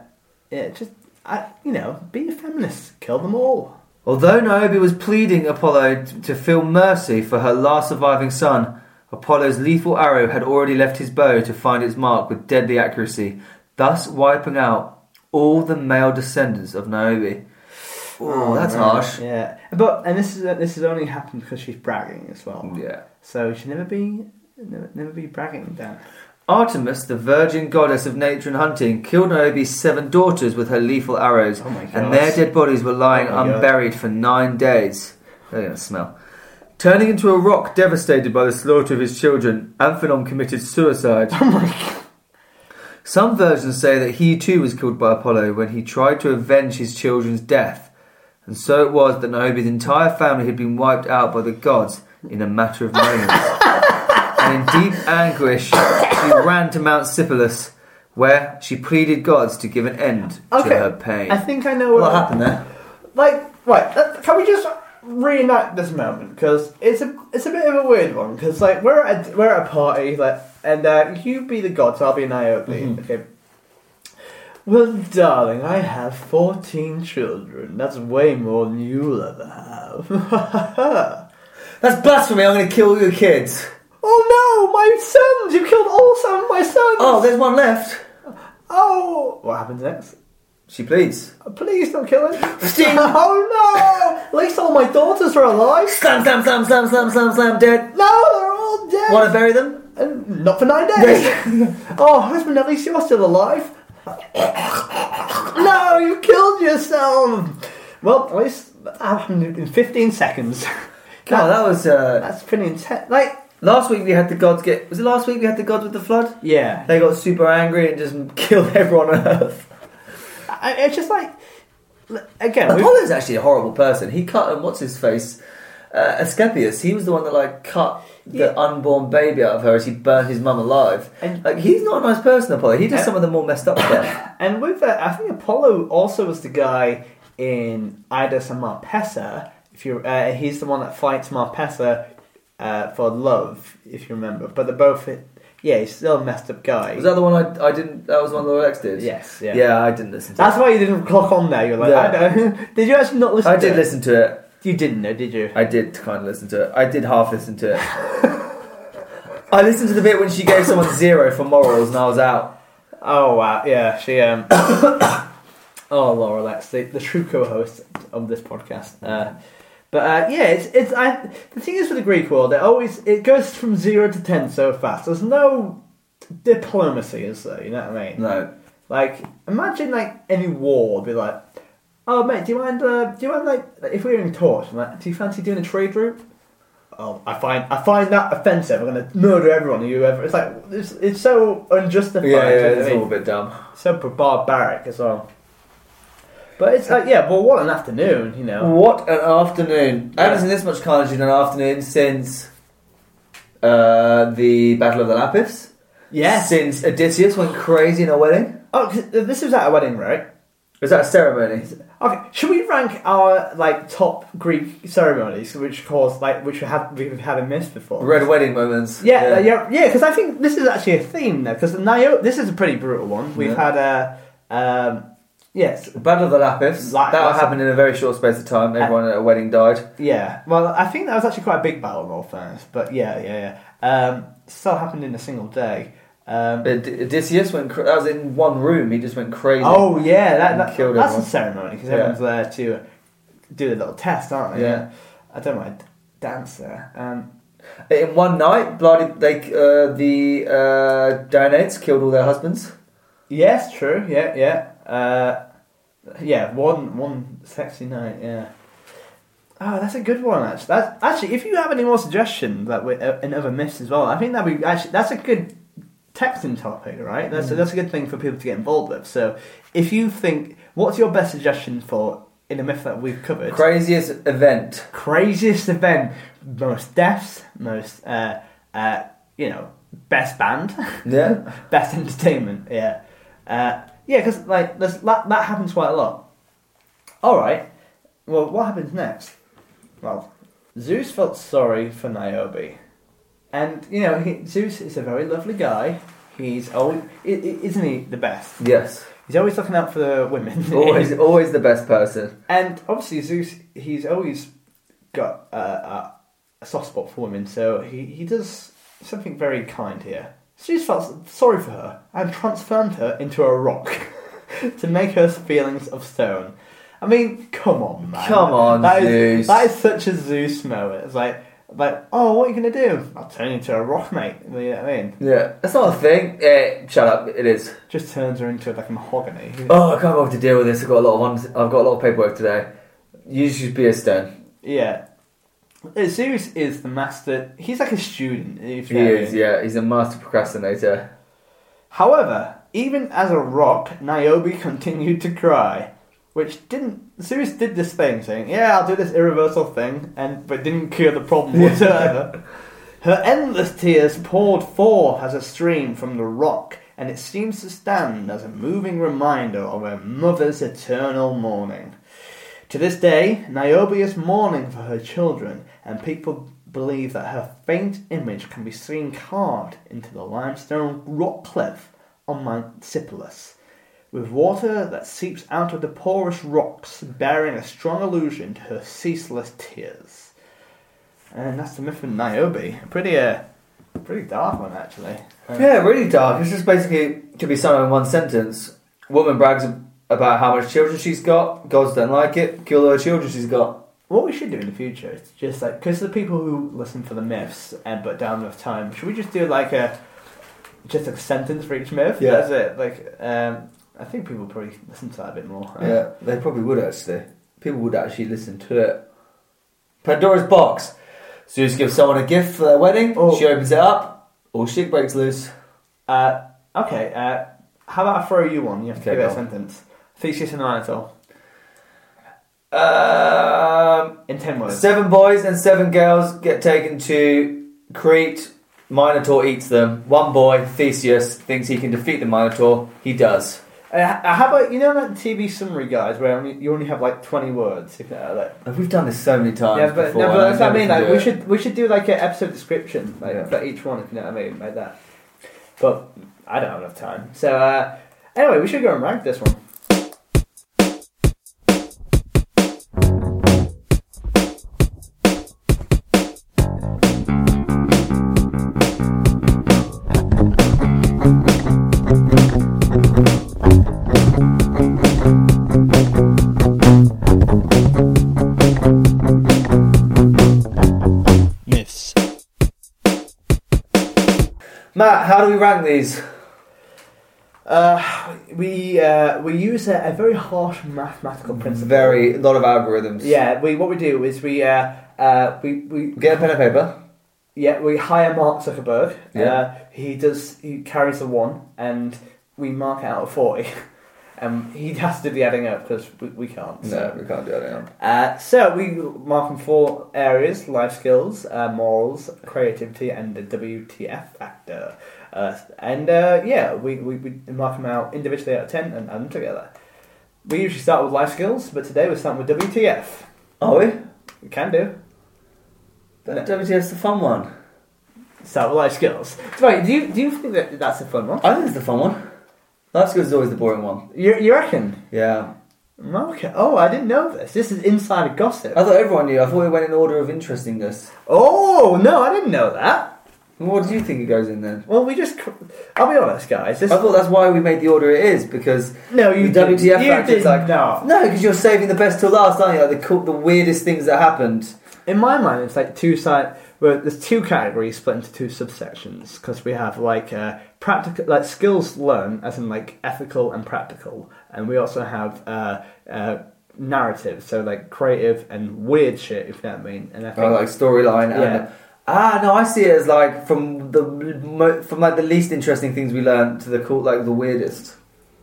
Speaker 1: yeah, just I, you know, be a feminist, kill them all.
Speaker 2: Although Niobe was pleading Apollo t- to feel mercy for her last surviving son, Apollo's lethal arrow had already left his bow to find its mark with deadly accuracy, thus wiping out all the male descendants of Niobe. Oh, that's
Speaker 1: man.
Speaker 2: harsh.
Speaker 1: Yeah, but and this is this has only happened because she's bragging as well.
Speaker 2: Yeah.
Speaker 1: So she should never be never, never be bragging down.
Speaker 2: Artemis, the virgin goddess of nature and hunting, killed Niobe's seven daughters with her lethal arrows,
Speaker 1: Oh my
Speaker 2: and
Speaker 1: God.
Speaker 2: their dead bodies were lying
Speaker 1: Oh my God.
Speaker 2: unburied for nine days. They're going to smell. Turning into a rock, devastated by the slaughter of his children, Amphinon committed suicide. Oh my God. Some versions say that he too was killed by Apollo when he tried to avenge his children's death, and so it was that Niobe's entire family had been wiped out by the gods in a matter of <laughs> moments and in deep anguish she ran to Mount Sipylus, where she pleaded gods to give an end
Speaker 1: Okay.
Speaker 2: to her pain.
Speaker 1: I think I know what,
Speaker 2: what happened there?
Speaker 1: Like, right? That, can we just reenact this moment? Because it's a it's a bit of a weird one. Because like we're at a, we're at a party, like, and uh, you be the god, so I'll be Niobe.
Speaker 2: Mm-hmm.
Speaker 1: Okay. Well, darling, I have fourteen children. That's way more than you'll ever have. <laughs>
Speaker 2: That's blasphemy! I'm going to kill your kids.
Speaker 1: oh no, my sons! You killed all seven of my sons.
Speaker 2: Oh, there's one left.
Speaker 1: oh. What happens next?
Speaker 2: She pleads.
Speaker 1: Please don't kill him.
Speaker 2: Sting.
Speaker 1: <laughs> oh no! At least all my daughters are alive.
Speaker 2: Slam, slam, slam, slam, slam, slam, slam. Dead.
Speaker 1: No, they're all dead.
Speaker 2: Want to bury them?
Speaker 1: And not for nine days. oh, husband, at least you're still alive. no, you killed yourself. Well, at least that happened in 15 seconds. <laughs>
Speaker 2: God, that was. Uh,
Speaker 1: That's pretty intense. Like,
Speaker 2: last week we had the gods get. Was it last week we had the gods with the flood?
Speaker 1: yeah.
Speaker 2: They got super angry and just <laughs> killed everyone on Earth.
Speaker 1: I, it's just like, l- again, we,
Speaker 2: Apollo's actually a horrible person. He cut and what's his face, uh, Asclepius. He was the one that like cut the
Speaker 1: Yeah.
Speaker 2: unborn baby out of her as he burned his mum alive.
Speaker 1: And-
Speaker 2: like he's not a nice person, Apollo. He does
Speaker 1: Yeah.
Speaker 2: some of the more <coughs> messed up stuff.
Speaker 1: and with that, I think Apollo also was the guy in Idas and Marpessa. If you, uh, he's the one that fights Marpessa uh, for love, if you remember. But they're both, yeah, he's still a messed up guy.
Speaker 2: Was that the one I, I didn't? That was one Laura X did.
Speaker 1: Yes, yeah.
Speaker 2: yeah. I didn't listen. to
Speaker 1: That's why you didn't clock on there. You're like,
Speaker 2: Yeah.
Speaker 1: I know. <laughs> did you actually not
Speaker 2: it.
Speaker 1: listen?
Speaker 2: I
Speaker 1: to
Speaker 2: did
Speaker 1: it?
Speaker 2: listen to it.
Speaker 1: You didn't know, did you?
Speaker 2: I did kind of listen to it. I did half listen <laughs> to it. I listened to the bit when she gave someone zero for morals, and I was out.
Speaker 1: Oh wow, yeah. She um. <coughs> oh Laura, that's the, the true co-host of this podcast. Uh, but uh, yeah, it's it's I. The thing is with the Greek world, it always it goes from zero to ten so fast. There's no diplomacy, is there? You know what I mean?
Speaker 2: No,
Speaker 1: Like, imagine like any war would be like, oh mate, do you mind? Uh, do you mind like if we were in talks? I'm like, do you fancy doing a trade route? Oh, I find I find that offensive. I'm gonna murder everyone who ever. It's like it's, it's so unjustified.
Speaker 2: yeah,
Speaker 1: you
Speaker 2: yeah,
Speaker 1: know what I
Speaker 2: it's
Speaker 1: mean?
Speaker 2: all a bit dumb.
Speaker 1: so barbaric as well. But it's like yeah, well, what an afternoon, you know.
Speaker 2: What an afternoon! I
Speaker 1: Yeah.
Speaker 2: haven't seen this much carnage in an afternoon since uh, the Battle of the Lapis.
Speaker 1: Yes.
Speaker 2: Since Odysseus went crazy in a wedding.
Speaker 1: Oh, 'cause this was at a wedding, right?
Speaker 2: Was that a ceremony?
Speaker 1: Okay, should we rank our like top Greek ceremonies which caused like which we have we haven't missed before?
Speaker 2: Red wedding moments.
Speaker 1: Yeah, uh, yeah, yeah, Because I think this is actually a theme though. Because Niobe, this is a pretty brutal one. We've
Speaker 2: Yeah.
Speaker 1: had a, um, yes,
Speaker 2: The Battle of the Lapis.
Speaker 1: Like-
Speaker 2: that
Speaker 1: that's-
Speaker 2: happened in a very short space of time. Everyone at a wedding died.
Speaker 1: yeah. Well, I think that was actually quite a big battle in all fairness. But yeah, yeah, yeah. Um, still happened in a single day. Um,
Speaker 2: Od- Odysseus went. Cra- that was in one room. He just went crazy.
Speaker 1: oh yeah, that, that-
Speaker 2: Killed
Speaker 1: that's
Speaker 2: everyone.
Speaker 1: a ceremony because
Speaker 2: Yeah.
Speaker 1: everyone's there to uh, do the little test, aren't they?
Speaker 2: Yeah.
Speaker 1: I don't want to dance there. Um,
Speaker 2: In one night, bloody they uh, the uh, Dianates killed all their husbands.
Speaker 1: yes, true. Yeah, yeah. Uh, yeah, one one sexy night. Yeah. Oh, that's a good one. Actually, that's, actually, if you have any more suggestions that we uh, and other myths as well, I think that we actually that's a good texting topic, right? That's
Speaker 2: Mm.
Speaker 1: a, that's a good thing for people to get involved with. So, if you think, what's your best suggestion for in a myth that we've covered?
Speaker 2: Craziest event.
Speaker 1: craziest event, most deaths, most uh, uh, you know, best band, <laughs>
Speaker 2: Yeah.
Speaker 1: best entertainment. Yeah, uh, yeah, because like there's, that that happens quite a lot. All right, well, what happens next? Well, Zeus felt sorry for Niobe, and you know, he, Zeus is a very lovely guy. He's always, i- i- isn't he the best?
Speaker 2: Yes.
Speaker 1: He's always looking out for the women. <laughs>
Speaker 2: <laughs> Always, always the best person.
Speaker 1: And obviously, Zeus, he's always got uh, uh, a soft spot for women, so he, he does something very kind here. Zeus felt sorry for her and transformed her into a rock <laughs> to make her feelings of stone. I mean, come on, man.
Speaker 2: Come on,
Speaker 1: That is-
Speaker 2: Zeus.
Speaker 1: that is such a Zeus moment. It's like, like, oh, what are you going to do? I'll turn you into a rock, mate. You know what I mean?
Speaker 2: Yeah, that's not a thing. Eh, shut up. It is.
Speaker 1: Just turns her into like a mahogany.
Speaker 2: Oh, I can't bother to deal with this. I've got a lot of on- I've got a lot of paperwork today. You should be a stone.
Speaker 1: Yeah. Uh, Sirius is the master. He's like a student. If
Speaker 2: He
Speaker 1: you know what I
Speaker 2: is.
Speaker 1: mean.
Speaker 2: Yeah, he's a master procrastinator.
Speaker 1: However, even as a rock, Niobe continued to cry, which didn't. Sirius did this thing, saying, "Yeah, I'll do this irreversible thing," and but didn't cure the problem whatsoever. Her endless tears poured forth as a stream from the rock, and it seems to stand as a moving reminder of her mother's eternal mourning. To this day, Niobe is mourning for her children, and people believe that her faint image can be seen carved into the limestone rock cliff on Mount Sipylus, with water that seeps out of the porous rocks, bearing a strong allusion to her ceaseless tears. And Uh, that's the myth of Niobe. Pretty, uh, pretty dark one actually. Uh,
Speaker 2: Yeah, really dark. It's just basically could be summed up in one sentence. Woman brags about how much children she's got. Gods don't like it. Kill all her children she's got.
Speaker 1: what we should do in the future is just like because the people who listen for the myths and but down with time, should we just do like a just a sentence for each myth?
Speaker 2: Yeah.
Speaker 1: That's it. Like, um, I think people probably listen to that a bit more. Um, right?
Speaker 2: Yeah, they probably would actually. People would actually listen to it. Pandora's box. So you just give someone a gift for their wedding.
Speaker 1: Oh.
Speaker 2: She opens it up. All shit breaks loose.
Speaker 1: Uh, okay. Uh, how about I throw you one? You have to
Speaker 2: Okay,
Speaker 1: give it a
Speaker 2: go on.
Speaker 1: sentence. Theseus and Anatole
Speaker 2: Um,
Speaker 1: in ten words.
Speaker 2: Seven boys and seven girls get taken to Crete. Minotaur eats them. One boy, Theseus, thinks he can defeat the Minotaur. He does.
Speaker 1: uh, h- how about you know that TV summary guys where only, you only have like twenty words? If, uh, like,
Speaker 2: And We've done this so many times
Speaker 1: yeah, but,
Speaker 2: before.
Speaker 1: no,
Speaker 2: and
Speaker 1: but that's what I
Speaker 2: never
Speaker 1: mean.
Speaker 2: can
Speaker 1: Like,
Speaker 2: do
Speaker 1: we
Speaker 2: it.
Speaker 1: should we should do like an episode description like
Speaker 2: Yeah.
Speaker 1: for each one. If you know what I mean, like that. But I don't have enough time. So uh, anyway, we should go and rank this one.
Speaker 3: Myths.
Speaker 2: Matt, how do we rank these?
Speaker 1: Uh, we uh, we use a, a very harsh mathematical principle.
Speaker 2: Very lot of algorithms.
Speaker 1: Yeah. We what we do is we uh, uh, we we
Speaker 2: Get a pen and paper.
Speaker 1: Yeah, we hire Mark Zuckerberg. Uh,
Speaker 2: Yeah.
Speaker 1: he does. He carries the one, and we mark it out of forty. <laughs> Um, he has to be adding up because we, we can't.
Speaker 2: No,
Speaker 1: So.
Speaker 2: we can't do that now.
Speaker 1: Uh, so we mark on four areas: life skills, uh, morals, creativity, and the WTF factor. Uh, and uh, yeah, we, we, we mark them out individually out of ten and add them together. We usually start with life skills, but today we're starting with WTF.
Speaker 2: Are we?
Speaker 1: We can do.
Speaker 2: The WTF's the fun one.
Speaker 1: Start with life skills. Right? Do you do you think that that's a fun one?
Speaker 2: I think it's the fun one. Life skills is always the boring one.
Speaker 1: You, you reckon?
Speaker 2: Yeah.
Speaker 1: Okay. Oh, I didn't know this. This is insider gossip.
Speaker 2: I thought everyone knew. I thought we went in order of interestingness.
Speaker 1: Oh no, I didn't know that.
Speaker 2: What do you think it goes in then?
Speaker 1: Well, we just. cr- I'll be honest, guys. This
Speaker 2: I thought that's why we made the order it is because
Speaker 1: no, you
Speaker 2: the
Speaker 1: didn't.
Speaker 2: WTF
Speaker 1: you
Speaker 2: factor
Speaker 1: did
Speaker 2: is like
Speaker 1: no.
Speaker 2: no, because you're saving the best till last, aren't you? Like the cool, the weirdest things that happened.
Speaker 1: In my mind, it's like two side. Well, there's two categories split into two subsections because we have like uh, practical, like skills learned, as in like ethical and practical, and we also have uh, uh, narrative, so like creative and weird shit, if you know what I mean. And I think
Speaker 2: Oh, like storyline
Speaker 1: Yeah.
Speaker 2: and ah no, I see it as like from the mo- from like the least interesting things we learned to the cool like the weirdest.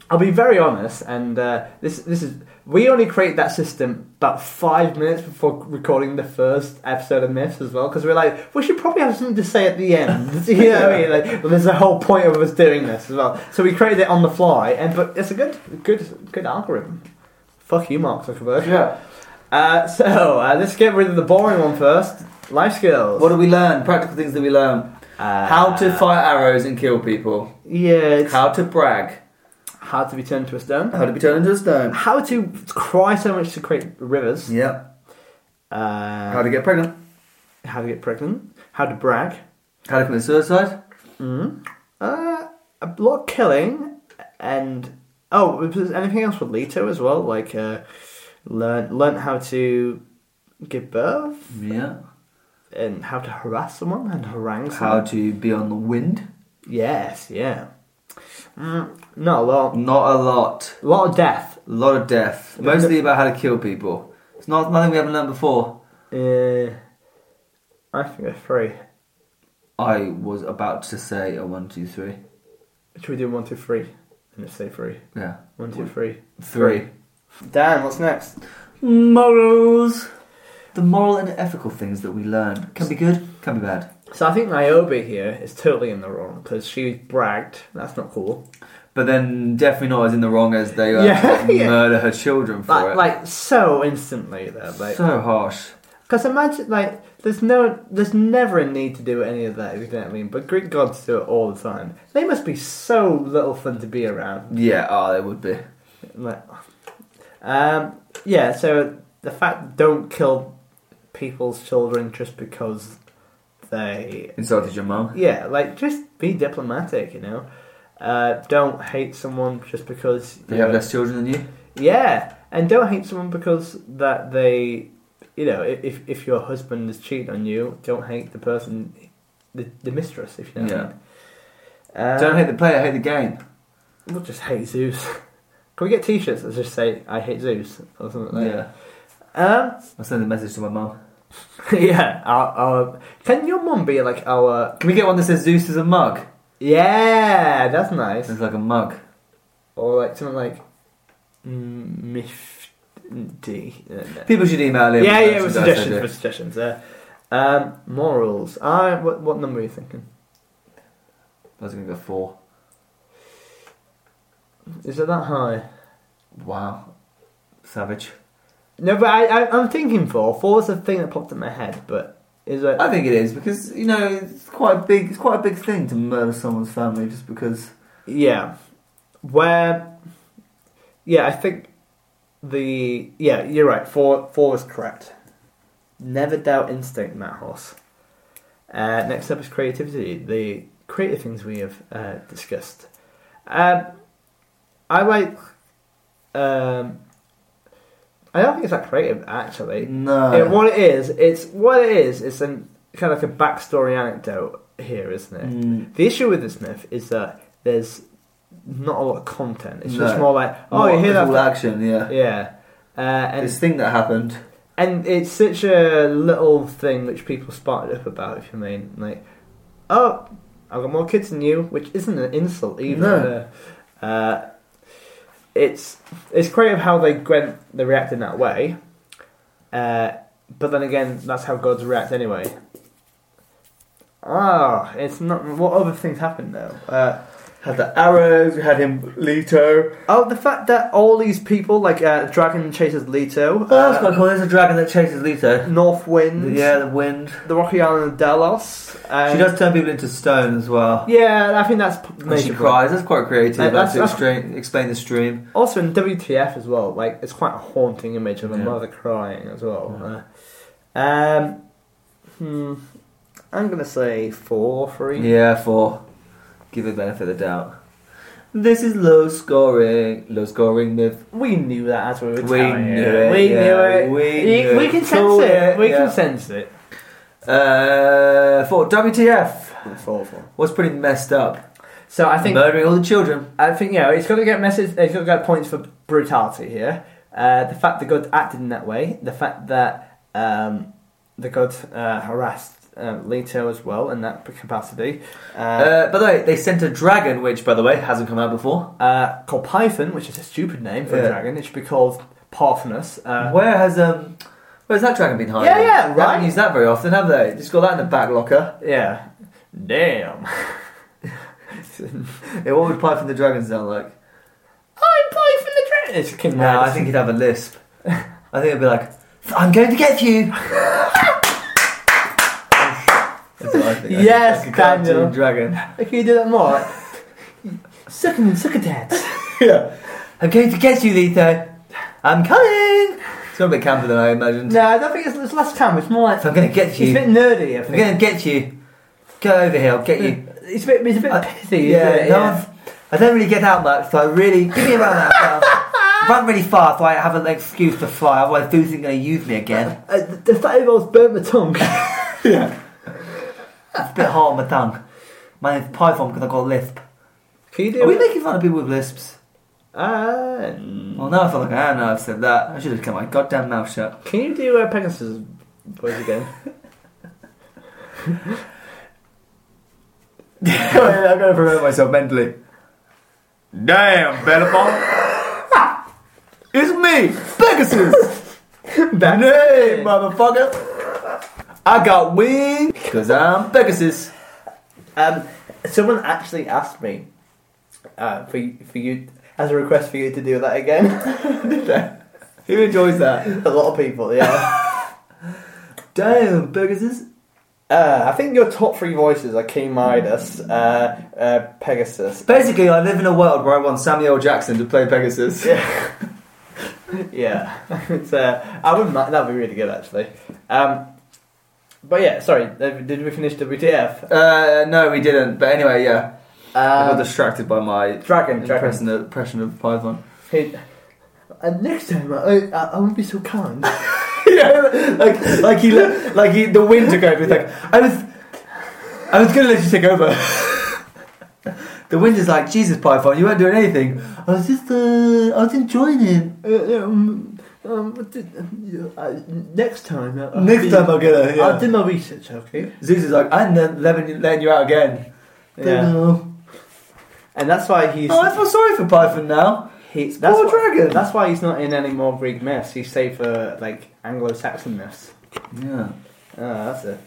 Speaker 1: I'll be very honest, and uh, this this is we only created that system about five minutes before recording the first episode of Myths as well, because we're like we should probably have something to say at the end. <laughs> you know what I mean? Like well, there's a whole point of us doing this as well. So we created it on the fly, and but it's a good good good algorithm. Fuck you, Mark Zuckerberg. Uh, so uh, let's get rid of the boring one first. Life skills.
Speaker 2: What do we learn? Practical things that we learn:
Speaker 1: Uh,
Speaker 2: how to fire arrows and kill people,
Speaker 1: Yeah. It's how,
Speaker 2: how to brag,
Speaker 1: to be turned to a stone.
Speaker 2: how to be turned into a stone.
Speaker 1: How to cry so much to create rivers.
Speaker 2: Yeah.
Speaker 1: Uh,
Speaker 2: How to get pregnant,
Speaker 1: how to get pregnant, how to brag,
Speaker 2: how to commit suicide.
Speaker 1: mm. uh, a lot of killing, and oh, was there anything else with Leto as well? Like uh, learn learn how to give birth.
Speaker 2: Yeah.
Speaker 1: in how to harass someone and harangue someone.
Speaker 2: How to be on the wind?
Speaker 1: Yes, yeah. Mm, not a lot.
Speaker 2: Not a lot.
Speaker 1: A lot of death.
Speaker 2: A lot of death.
Speaker 1: But
Speaker 2: Mostly about how to kill people. It's not nothing we haven't learned before.
Speaker 1: Uh, I think there's three.
Speaker 2: I was about to say a one, two, three.
Speaker 1: Should we do one, two, three? And just say three.
Speaker 2: Yeah.
Speaker 1: One, two, three.
Speaker 2: Three.
Speaker 1: Dan, what's next?
Speaker 2: Morals. The moral and ethical things that we learn can be good, can be bad.
Speaker 1: So I think Niobe here is totally in the wrong because she bragged. That's not cool.
Speaker 2: But then definitely not as in the wrong as they
Speaker 1: <laughs>
Speaker 2: uh,
Speaker 1: Yeah, yeah.
Speaker 2: murder her children for
Speaker 1: Like,
Speaker 2: it.
Speaker 1: like so instantly though. Like,
Speaker 2: so harsh.
Speaker 1: Because imagine, like, there's no, there's never a need to do any of that, if you know what I mean. But Greek gods do it all the time. They must be so little fun to be around.
Speaker 2: Yeah, oh, they would be.
Speaker 1: Like, um, yeah. So the fact don't kill people's children just because they,
Speaker 2: Insulted your mum.
Speaker 1: yeah, like just be diplomatic, you know. Uh, don't hate someone just because
Speaker 2: They
Speaker 1: you
Speaker 2: have
Speaker 1: know-
Speaker 2: less children than you.
Speaker 1: yeah, and don't hate someone because that they, you know, i- if if your husband is cheating on you, don't hate the person, the, the mistress, if you know.
Speaker 2: Yeah.
Speaker 1: What I mean. um,
Speaker 2: Don't hate the player, hate the game.
Speaker 1: We'll just hate Zeus. <laughs> Can we get T-shirts that just say "I hate Zeus" or something like
Speaker 2: Yeah.
Speaker 1: that?
Speaker 2: I'll send a message to my mum.
Speaker 1: Um, <laughs> yeah. Our, our, can your mum be like our?
Speaker 2: Can we get one that says Zeus is a mug?
Speaker 1: Yeah, that's nice.
Speaker 2: It's like a mug.
Speaker 1: Or like something like mm, Mifty. uh, no.
Speaker 2: People should email in.
Speaker 1: yeah,
Speaker 2: with
Speaker 1: yeah, with
Speaker 2: suggestions,
Speaker 1: suggestions,
Speaker 2: I
Speaker 1: with
Speaker 2: said
Speaker 1: suggestions. Uh, um, morals. I what, what number are you thinking?
Speaker 2: it. I was going to go four.
Speaker 1: Is it that high?
Speaker 2: Wow. Savage.
Speaker 1: No, but I, I I'm thinking four. Four was the thing that popped in my head, but is it?
Speaker 2: I think it is because you know it's quite a big, it's quite a big thing to murder someone's family just because.
Speaker 1: yeah, where? Yeah, I think the yeah you're right. Four four is correct. Never doubt instinct, Matt Horse. Uh, next up is creativity. The creative things we have uh, discussed. Um, I like. Um, I don't think it's that creative actually.
Speaker 2: No.
Speaker 1: It- what it is, it's what it is. It's an, kind of like a backstory anecdote here, isn't it?
Speaker 2: Mm,
Speaker 1: The issue with this myth is that there's not a lot of content. It's just
Speaker 2: No.
Speaker 1: more like, oh,
Speaker 2: More
Speaker 1: you hear that?
Speaker 2: visual action, yeah.
Speaker 1: Yeah. Uh, and
Speaker 2: This thing that happened.
Speaker 1: and it's such a little thing which people sparted up about, if you mean. Like, oh, I've got more kids than you, which isn't an insult either. Uh, it's it's creative how they went, they react in that way. Uh, but then again, that's how gods react anyway. Ah, it's not. What other things happened though? Uh,
Speaker 2: Had the arrows. We had him Leto.
Speaker 1: oh, the fact that all these people, like uh, Dragon Chases Leto,
Speaker 2: Oh, that's quite
Speaker 1: uh,
Speaker 2: cool. There's a dragon that chases Leto.
Speaker 1: <laughs> North Wind,
Speaker 2: Yeah, the wind.
Speaker 1: the Rocky Island of Delos. And
Speaker 2: She does turn people into stone as well.
Speaker 1: Yeah, I think that's p-
Speaker 2: And
Speaker 1: major
Speaker 2: she
Speaker 1: point.
Speaker 2: cries. That's quite creative.
Speaker 1: Uh,
Speaker 2: that's
Speaker 1: that's-
Speaker 2: to explain, explain the stream.
Speaker 1: Also in WTF as well, like it's quite a haunting image of a
Speaker 2: Yeah.
Speaker 1: mother crying as well.
Speaker 2: Yeah.
Speaker 1: Uh, um, hmm, I'm gonna say four, three.
Speaker 2: Yeah, four. Give it benefit of the doubt. This is low scoring. Low scoring myth.
Speaker 1: We knew that as we were
Speaker 2: We
Speaker 1: telling
Speaker 2: knew
Speaker 1: you.
Speaker 2: it,
Speaker 1: We
Speaker 2: yeah,
Speaker 1: knew it.
Speaker 2: we
Speaker 1: You-
Speaker 2: knew
Speaker 1: we
Speaker 2: it.
Speaker 1: can sense
Speaker 2: Called
Speaker 1: it.
Speaker 2: it,
Speaker 1: We
Speaker 2: yeah.
Speaker 1: can sense it.
Speaker 2: Uh, four. WTF.
Speaker 1: Four, four.
Speaker 2: What's pretty messed up?
Speaker 1: So I think
Speaker 2: Murdering all the children.
Speaker 1: I think yeah, it's got to get message. It's got to get points for brutality here. Uh, the fact that God acted in that way, the fact that um, the God uh, harassed uh, Leto as well in that capacity, uh,
Speaker 2: Uh, by the way, they sent a dragon, which, by the way, hasn't come out before.
Speaker 1: uh, called Python, which is a stupid name for
Speaker 2: Yeah.
Speaker 1: a dragon. It should be called Parthenos. Uh,
Speaker 2: Where has um, where's that dragon been hiding?
Speaker 1: Yeah, yeah,
Speaker 2: They
Speaker 1: right.
Speaker 2: haven't used that very often, have they? Just got that in the back locker.
Speaker 1: yeah, damn.
Speaker 2: Yeah, what would Python the dragon sound like?
Speaker 1: I'm Python the dragon. It's King
Speaker 2: No, I
Speaker 1: Midas.
Speaker 2: think he'd have a lisp. I think it'd be like, "I'm going to get
Speaker 1: <laughs>
Speaker 2: you." That's what I think. I
Speaker 1: Yes,
Speaker 2: think like a cartoon
Speaker 1: Daniel. <laughs>
Speaker 2: Dragon.
Speaker 1: If you do that more, <laughs> like, sucking suckatats.
Speaker 2: yeah. I'm going to get you, Leto. I'm coming. It's a little bit camper than I imagined.
Speaker 1: No, I don't think it's, it's last time. It's more like
Speaker 2: I'm going to get
Speaker 1: it's a
Speaker 2: you.
Speaker 1: bit nerdy. I
Speaker 2: I'm
Speaker 1: think.
Speaker 2: going to get you. Go over here. I'll get you.
Speaker 1: It's a bit, it's a bit
Speaker 2: I-
Speaker 1: pithy.
Speaker 2: yeah,
Speaker 1: isn't it?
Speaker 2: no, I've- I don't really get out much, so I really give me around
Speaker 1: <laughs>
Speaker 2: that. stuff. Run really far, so I have an excuse to fly. Otherwise, Zeus isn't going to use me again.
Speaker 1: Uh, the fact involves burnt my tongue. <laughs>
Speaker 2: yeah. It's a bit hard on my tongue. My name's Python because I've got a lisp.
Speaker 1: Can you do
Speaker 2: Are we making fun of people with lisps?
Speaker 1: Uh,
Speaker 2: Well, now I feel like I am now I've said that. I should have kept my goddamn mouth shut. <laughs>
Speaker 1: Can you do uh, Pegasus voice <laughs> again?
Speaker 2: I'm going to prevent myself mentally. Damn, Bellafon. <laughs> it's me, Pegasus. <laughs> that name, motherfucker. I got wings because I'm Pegasus.
Speaker 1: Um, someone actually asked me uh, for for you as a request for you to do that again.
Speaker 2: Who enjoys that?
Speaker 1: <laughs> a lot of people, yeah.
Speaker 2: Damn, Pegasus.
Speaker 1: Uh, I think your top three voices are King Midas, uh, uh, Pegasus.
Speaker 2: Basically, I live in a world where I want Samuel Jackson to play Pegasus. <laughs>
Speaker 1: Yeah, yeah. <laughs> it's, uh, I wouldn't mind. That'd be really good, actually. Um, but yeah, sorry. Did did we finish WTF?
Speaker 2: Uh, no, we didn't. But anyway, yeah. I got
Speaker 1: Um,
Speaker 2: distracted by my
Speaker 1: Dragon, Dragon.
Speaker 2: impression, impression of Python.
Speaker 1: Hey, and next time, I, I, I won't be so kind.
Speaker 2: <laughs>
Speaker 1: <laughs>
Speaker 2: yeah, like like he le- like he, the wind took over. He's like, I was, I was gonna let you take over. <laughs> the wind is like, Jesus, Python, you weren't doing anything. I was just, uh, I was enjoying it.
Speaker 1: Uh, um, um, what did- um, you- I- next time. uh, I'll
Speaker 2: Next time I'll get it.
Speaker 1: I'll
Speaker 2: Yeah.
Speaker 1: do my research, okay?
Speaker 2: Zeus is like, I'm le- letting you- letting you out again.
Speaker 1: Yeah. And uh, that's why he's.
Speaker 2: Oh, I feel sorry for Python now.
Speaker 1: he,
Speaker 2: That's
Speaker 1: that's,
Speaker 2: Poor
Speaker 1: why,
Speaker 2: dragon.
Speaker 1: that's why he's not in any more Greek myths. He's saved for, like, Anglo Saxon myths.
Speaker 2: yeah.
Speaker 1: Ah, that's it.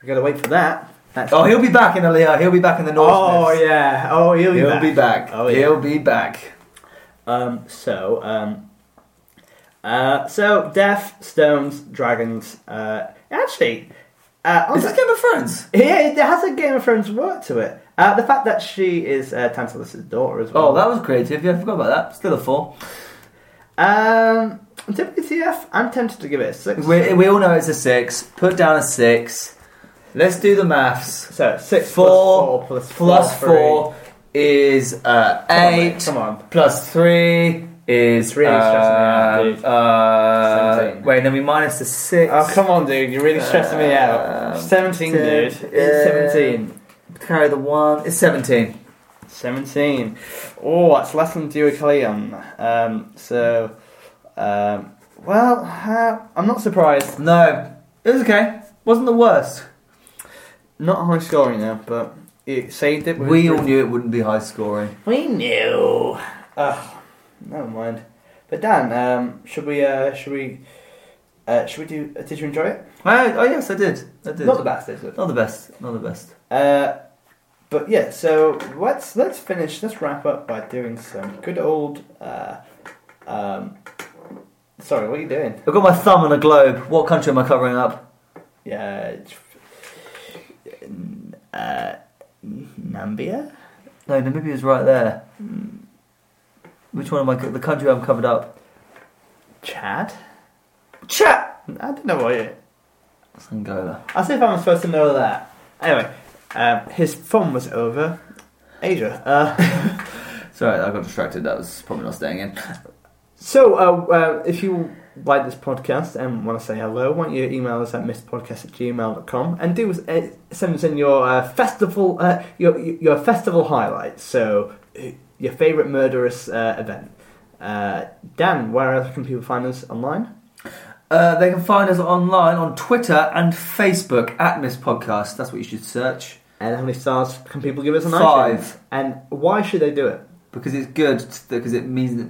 Speaker 1: we got to wait for that. That's
Speaker 2: Oh, he'll be back in Aliyah. He'll be back in the North.
Speaker 1: Oh, yeah. Oh, he'll be
Speaker 2: He'll
Speaker 1: back.
Speaker 2: be back.
Speaker 1: Oh, yeah.
Speaker 2: He'll be back.
Speaker 1: Um, so, um, uh, so death, stones, dragons. Uh, actually, uh, on
Speaker 2: Is this
Speaker 1: that-
Speaker 2: Game of Thrones?
Speaker 1: yeah, it has a Game of Thrones work to it. Uh, the fact that she is uh, Tantalus' daughter as well.
Speaker 2: Oh, that was creative. Yeah, I forgot about that. Still a four.
Speaker 1: Um, WTF? I'm tempted to give it a six.
Speaker 2: We, we all know it's a six. Put down a six. Let's do the maths.
Speaker 1: so six
Speaker 2: Four
Speaker 1: plus four
Speaker 2: Plus
Speaker 1: plus four,
Speaker 2: four is uh,
Speaker 1: three. Come on, mate,
Speaker 2: eight.
Speaker 1: Come on.
Speaker 2: Plus three is
Speaker 1: It's really stressing me out,
Speaker 2: uh,
Speaker 1: dude.
Speaker 2: uh,
Speaker 1: Seventeen.
Speaker 2: wait. Then we minus the six.
Speaker 1: Oh, come on, dude. You're really stressing me out.
Speaker 2: Um,
Speaker 1: 17, dude.
Speaker 2: ten,
Speaker 1: It's
Speaker 2: uh,
Speaker 1: 17.
Speaker 2: Carry the one. It's seventeen.
Speaker 1: 17. Oh, that's less than Duocleon. Um, so, um, well, uh, I'm not surprised.
Speaker 2: No, it was okay. Wasn't the worst.
Speaker 1: Not high scoring now, but it saved it. with-
Speaker 2: We all knew it wouldn't be high scoring.
Speaker 1: We knew. Ugh, Ah, never mind. But Dan, um, should we? Uh, should we? Uh, should we do? Uh, did you enjoy it?
Speaker 2: I, oh yes, I did. I did.
Speaker 1: Not the best, is it?
Speaker 2: Not the best. Not the best.
Speaker 1: Uh, but yeah, so let's let's finish. Let's wrap up by doing some good old. Uh, um, sorry, what are you doing?
Speaker 2: I've got my thumb on a globe. What country am I covering up?
Speaker 1: Yeah. it's- Uh, Nambia.
Speaker 2: No, Namibia's right there. Which one am I? co- The country I'm covered up.
Speaker 1: Chad.
Speaker 2: Chat.
Speaker 1: I don't know what it.
Speaker 2: It's Angola.
Speaker 1: As if I'm supposed to know that. Anyway, um, his fun was over. Asia. Uh,
Speaker 2: <laughs> Sorry, I got distracted. That was probably not staying in.
Speaker 1: so, uh, uh, if you like this podcast and want to say hello, why don't you email us at misspodcast at gmail.com and do uh, send us in your uh, festival uh, your your festival highlights. So, uh, your favourite murderous uh, event. Uh, Dan, where else can people find us online?
Speaker 2: Uh, they can find us online on Twitter and Facebook at Miss Podcast. That's what you should search.
Speaker 1: And how many stars can people give us on
Speaker 2: Five.
Speaker 1: iTunes? And why should they do it?
Speaker 2: because it's good because it means that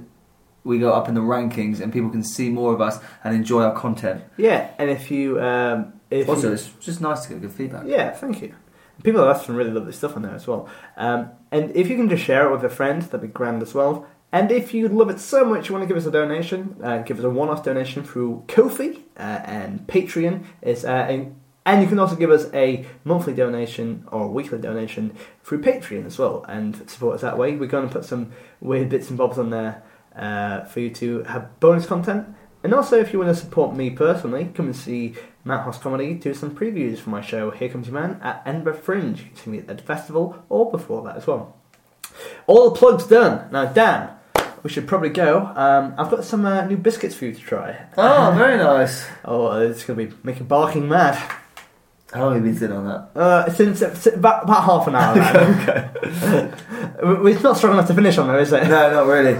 Speaker 2: we go up in the rankings and people can see more of us and enjoy our content.
Speaker 1: Yeah, and if you um, if you-
Speaker 2: Also, it's just nice to get
Speaker 1: <laughs>
Speaker 2: good feedback.
Speaker 1: Yeah, thank you. People have asked some really lovely stuff on there as well. Um, and if you can just share it with a friend, that'd be grand as well. And if you love it so much, you want to give us a donation, uh, give us a one-off donation through Ko-fi uh, and Patreon. Is uh, and, and you can also give us a monthly donation or weekly donation through Patreon as well, and support us that way. We're going to put some weird bits and bobs on there uh, for you to have bonus content. And also, if you want to support me personally, come and see Matt Hoss Comedy do some previews for my show Here Comes Your Man at Edinburgh Fringe. You can see me at the festival or before that as well. All the plugs done. Now, Dan, we should probably go. Um, I've got some uh, new biscuits for you to try.
Speaker 2: Oh, very nice.
Speaker 1: Oh, it's going to be making barking mad.
Speaker 2: How long have you been sitting on that? <laughs>
Speaker 1: Uh, since, since about, about half an hour. okay. it's not strong enough to finish on though, is it?
Speaker 2: No, not really.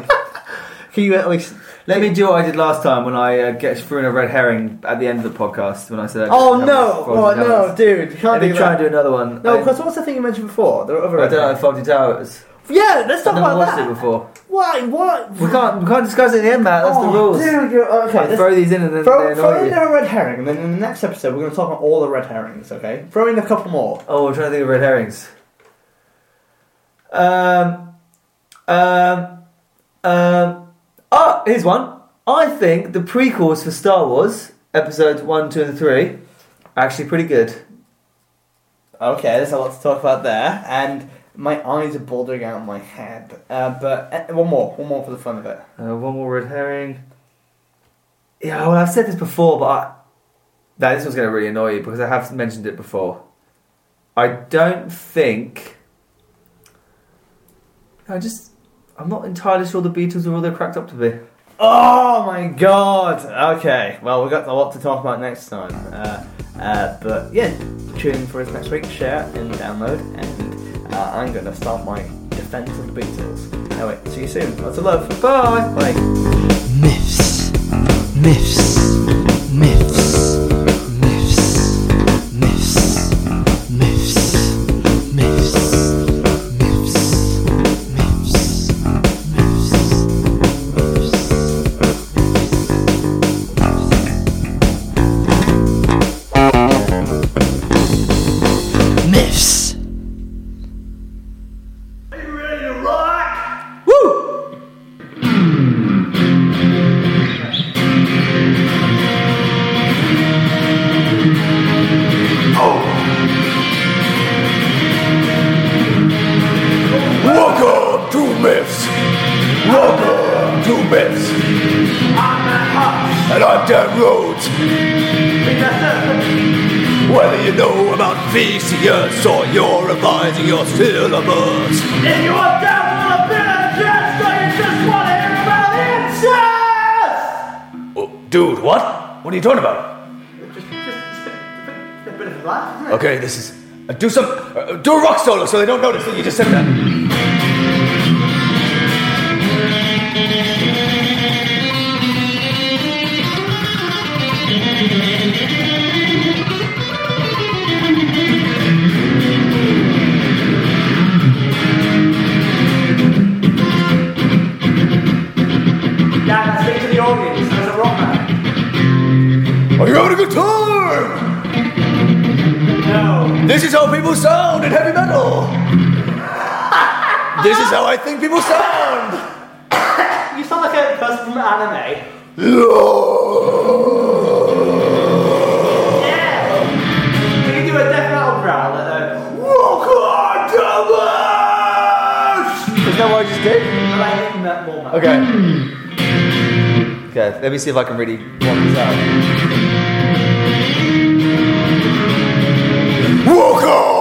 Speaker 1: Can you at least?
Speaker 2: Let me do what I did last time when I uh, get threw in a red herring at the end of the podcast when I said. I
Speaker 1: Oh
Speaker 2: didn't
Speaker 1: no!
Speaker 2: have
Speaker 1: Oh
Speaker 2: Fawlty Towers.
Speaker 1: no, dude, you can't
Speaker 2: Let
Speaker 1: do
Speaker 2: me try
Speaker 1: that.
Speaker 2: and do another one.
Speaker 1: No,
Speaker 2: I-
Speaker 1: because what's the thing you mentioned before? There are other
Speaker 2: I don't like Fawlty Towers.
Speaker 1: Yeah, let's talk
Speaker 2: I've never
Speaker 1: about
Speaker 2: watched
Speaker 1: that.
Speaker 2: it before.
Speaker 1: Why? What?
Speaker 2: We can't. We can't discuss it in the end, Matt. That's
Speaker 1: Oh,
Speaker 2: the rules.
Speaker 1: Dude, you're okay.
Speaker 2: Like,
Speaker 1: let's-
Speaker 2: throw these in and then
Speaker 1: Throw,
Speaker 2: they
Speaker 1: throw
Speaker 2: annoy
Speaker 1: in
Speaker 2: you.
Speaker 1: a red herring, and then in the next episode we're going to talk about all the red herrings. Okay, throw in a couple more.
Speaker 2: Oh, I'm trying to think of red herrings. Um, um, um. Oh, here's one. I think the prequels for Star Wars episodes one, two, and three are actually pretty good.
Speaker 1: Okay, there's a lot to talk about there, and my eyes are baldering out of my head. Uh, but eh, one more, one more for the fun of it.
Speaker 2: Uh, one more red herring. Yeah, well, I've said this before, but I... Nah, this one's going to really annoy you because I have mentioned it before. I don't think. I just. I'm not entirely sure the Beatles are all they're cracked up to be.
Speaker 1: Oh my god! Okay, well, we've got a lot to talk about next time. Uh, uh, but yeah, tune in for us next week, share and download, and uh, I'm gonna start my defense of the Beatles. Anyway, see you soon. Lots of love.
Speaker 2: Bye!
Speaker 1: Bye.
Speaker 3: myths, myths, myths, myths, myths, myths, myths, myths, myths, myths. Myths.
Speaker 4: Welcome to Myths. Welcome to Myths. I'm Matt Huff. And I'm Dan Rhodes. Whether you know about VCS or you're revising your syllabus.
Speaker 5: If you are down for a bit of jest or you just want to hear about incest!
Speaker 4: Oh, dude, what? What are you talking about? Okay, this is. Uh, do some. Uh, do a rock solo so they don't notice that you just said that.
Speaker 5: Dad, I speak to the audience as a rock man.
Speaker 4: Are you having a good time?
Speaker 5: No.
Speaker 4: This is how people sound in heavy metal. this is how I think people sound.
Speaker 5: You sound like a person from anime. Yeah! You can do a death metal growl at a...
Speaker 2: Is that what I just did?
Speaker 5: I like it in that more metal.
Speaker 2: Okay. Okay, let me see if I can really block this out.
Speaker 4: Welcome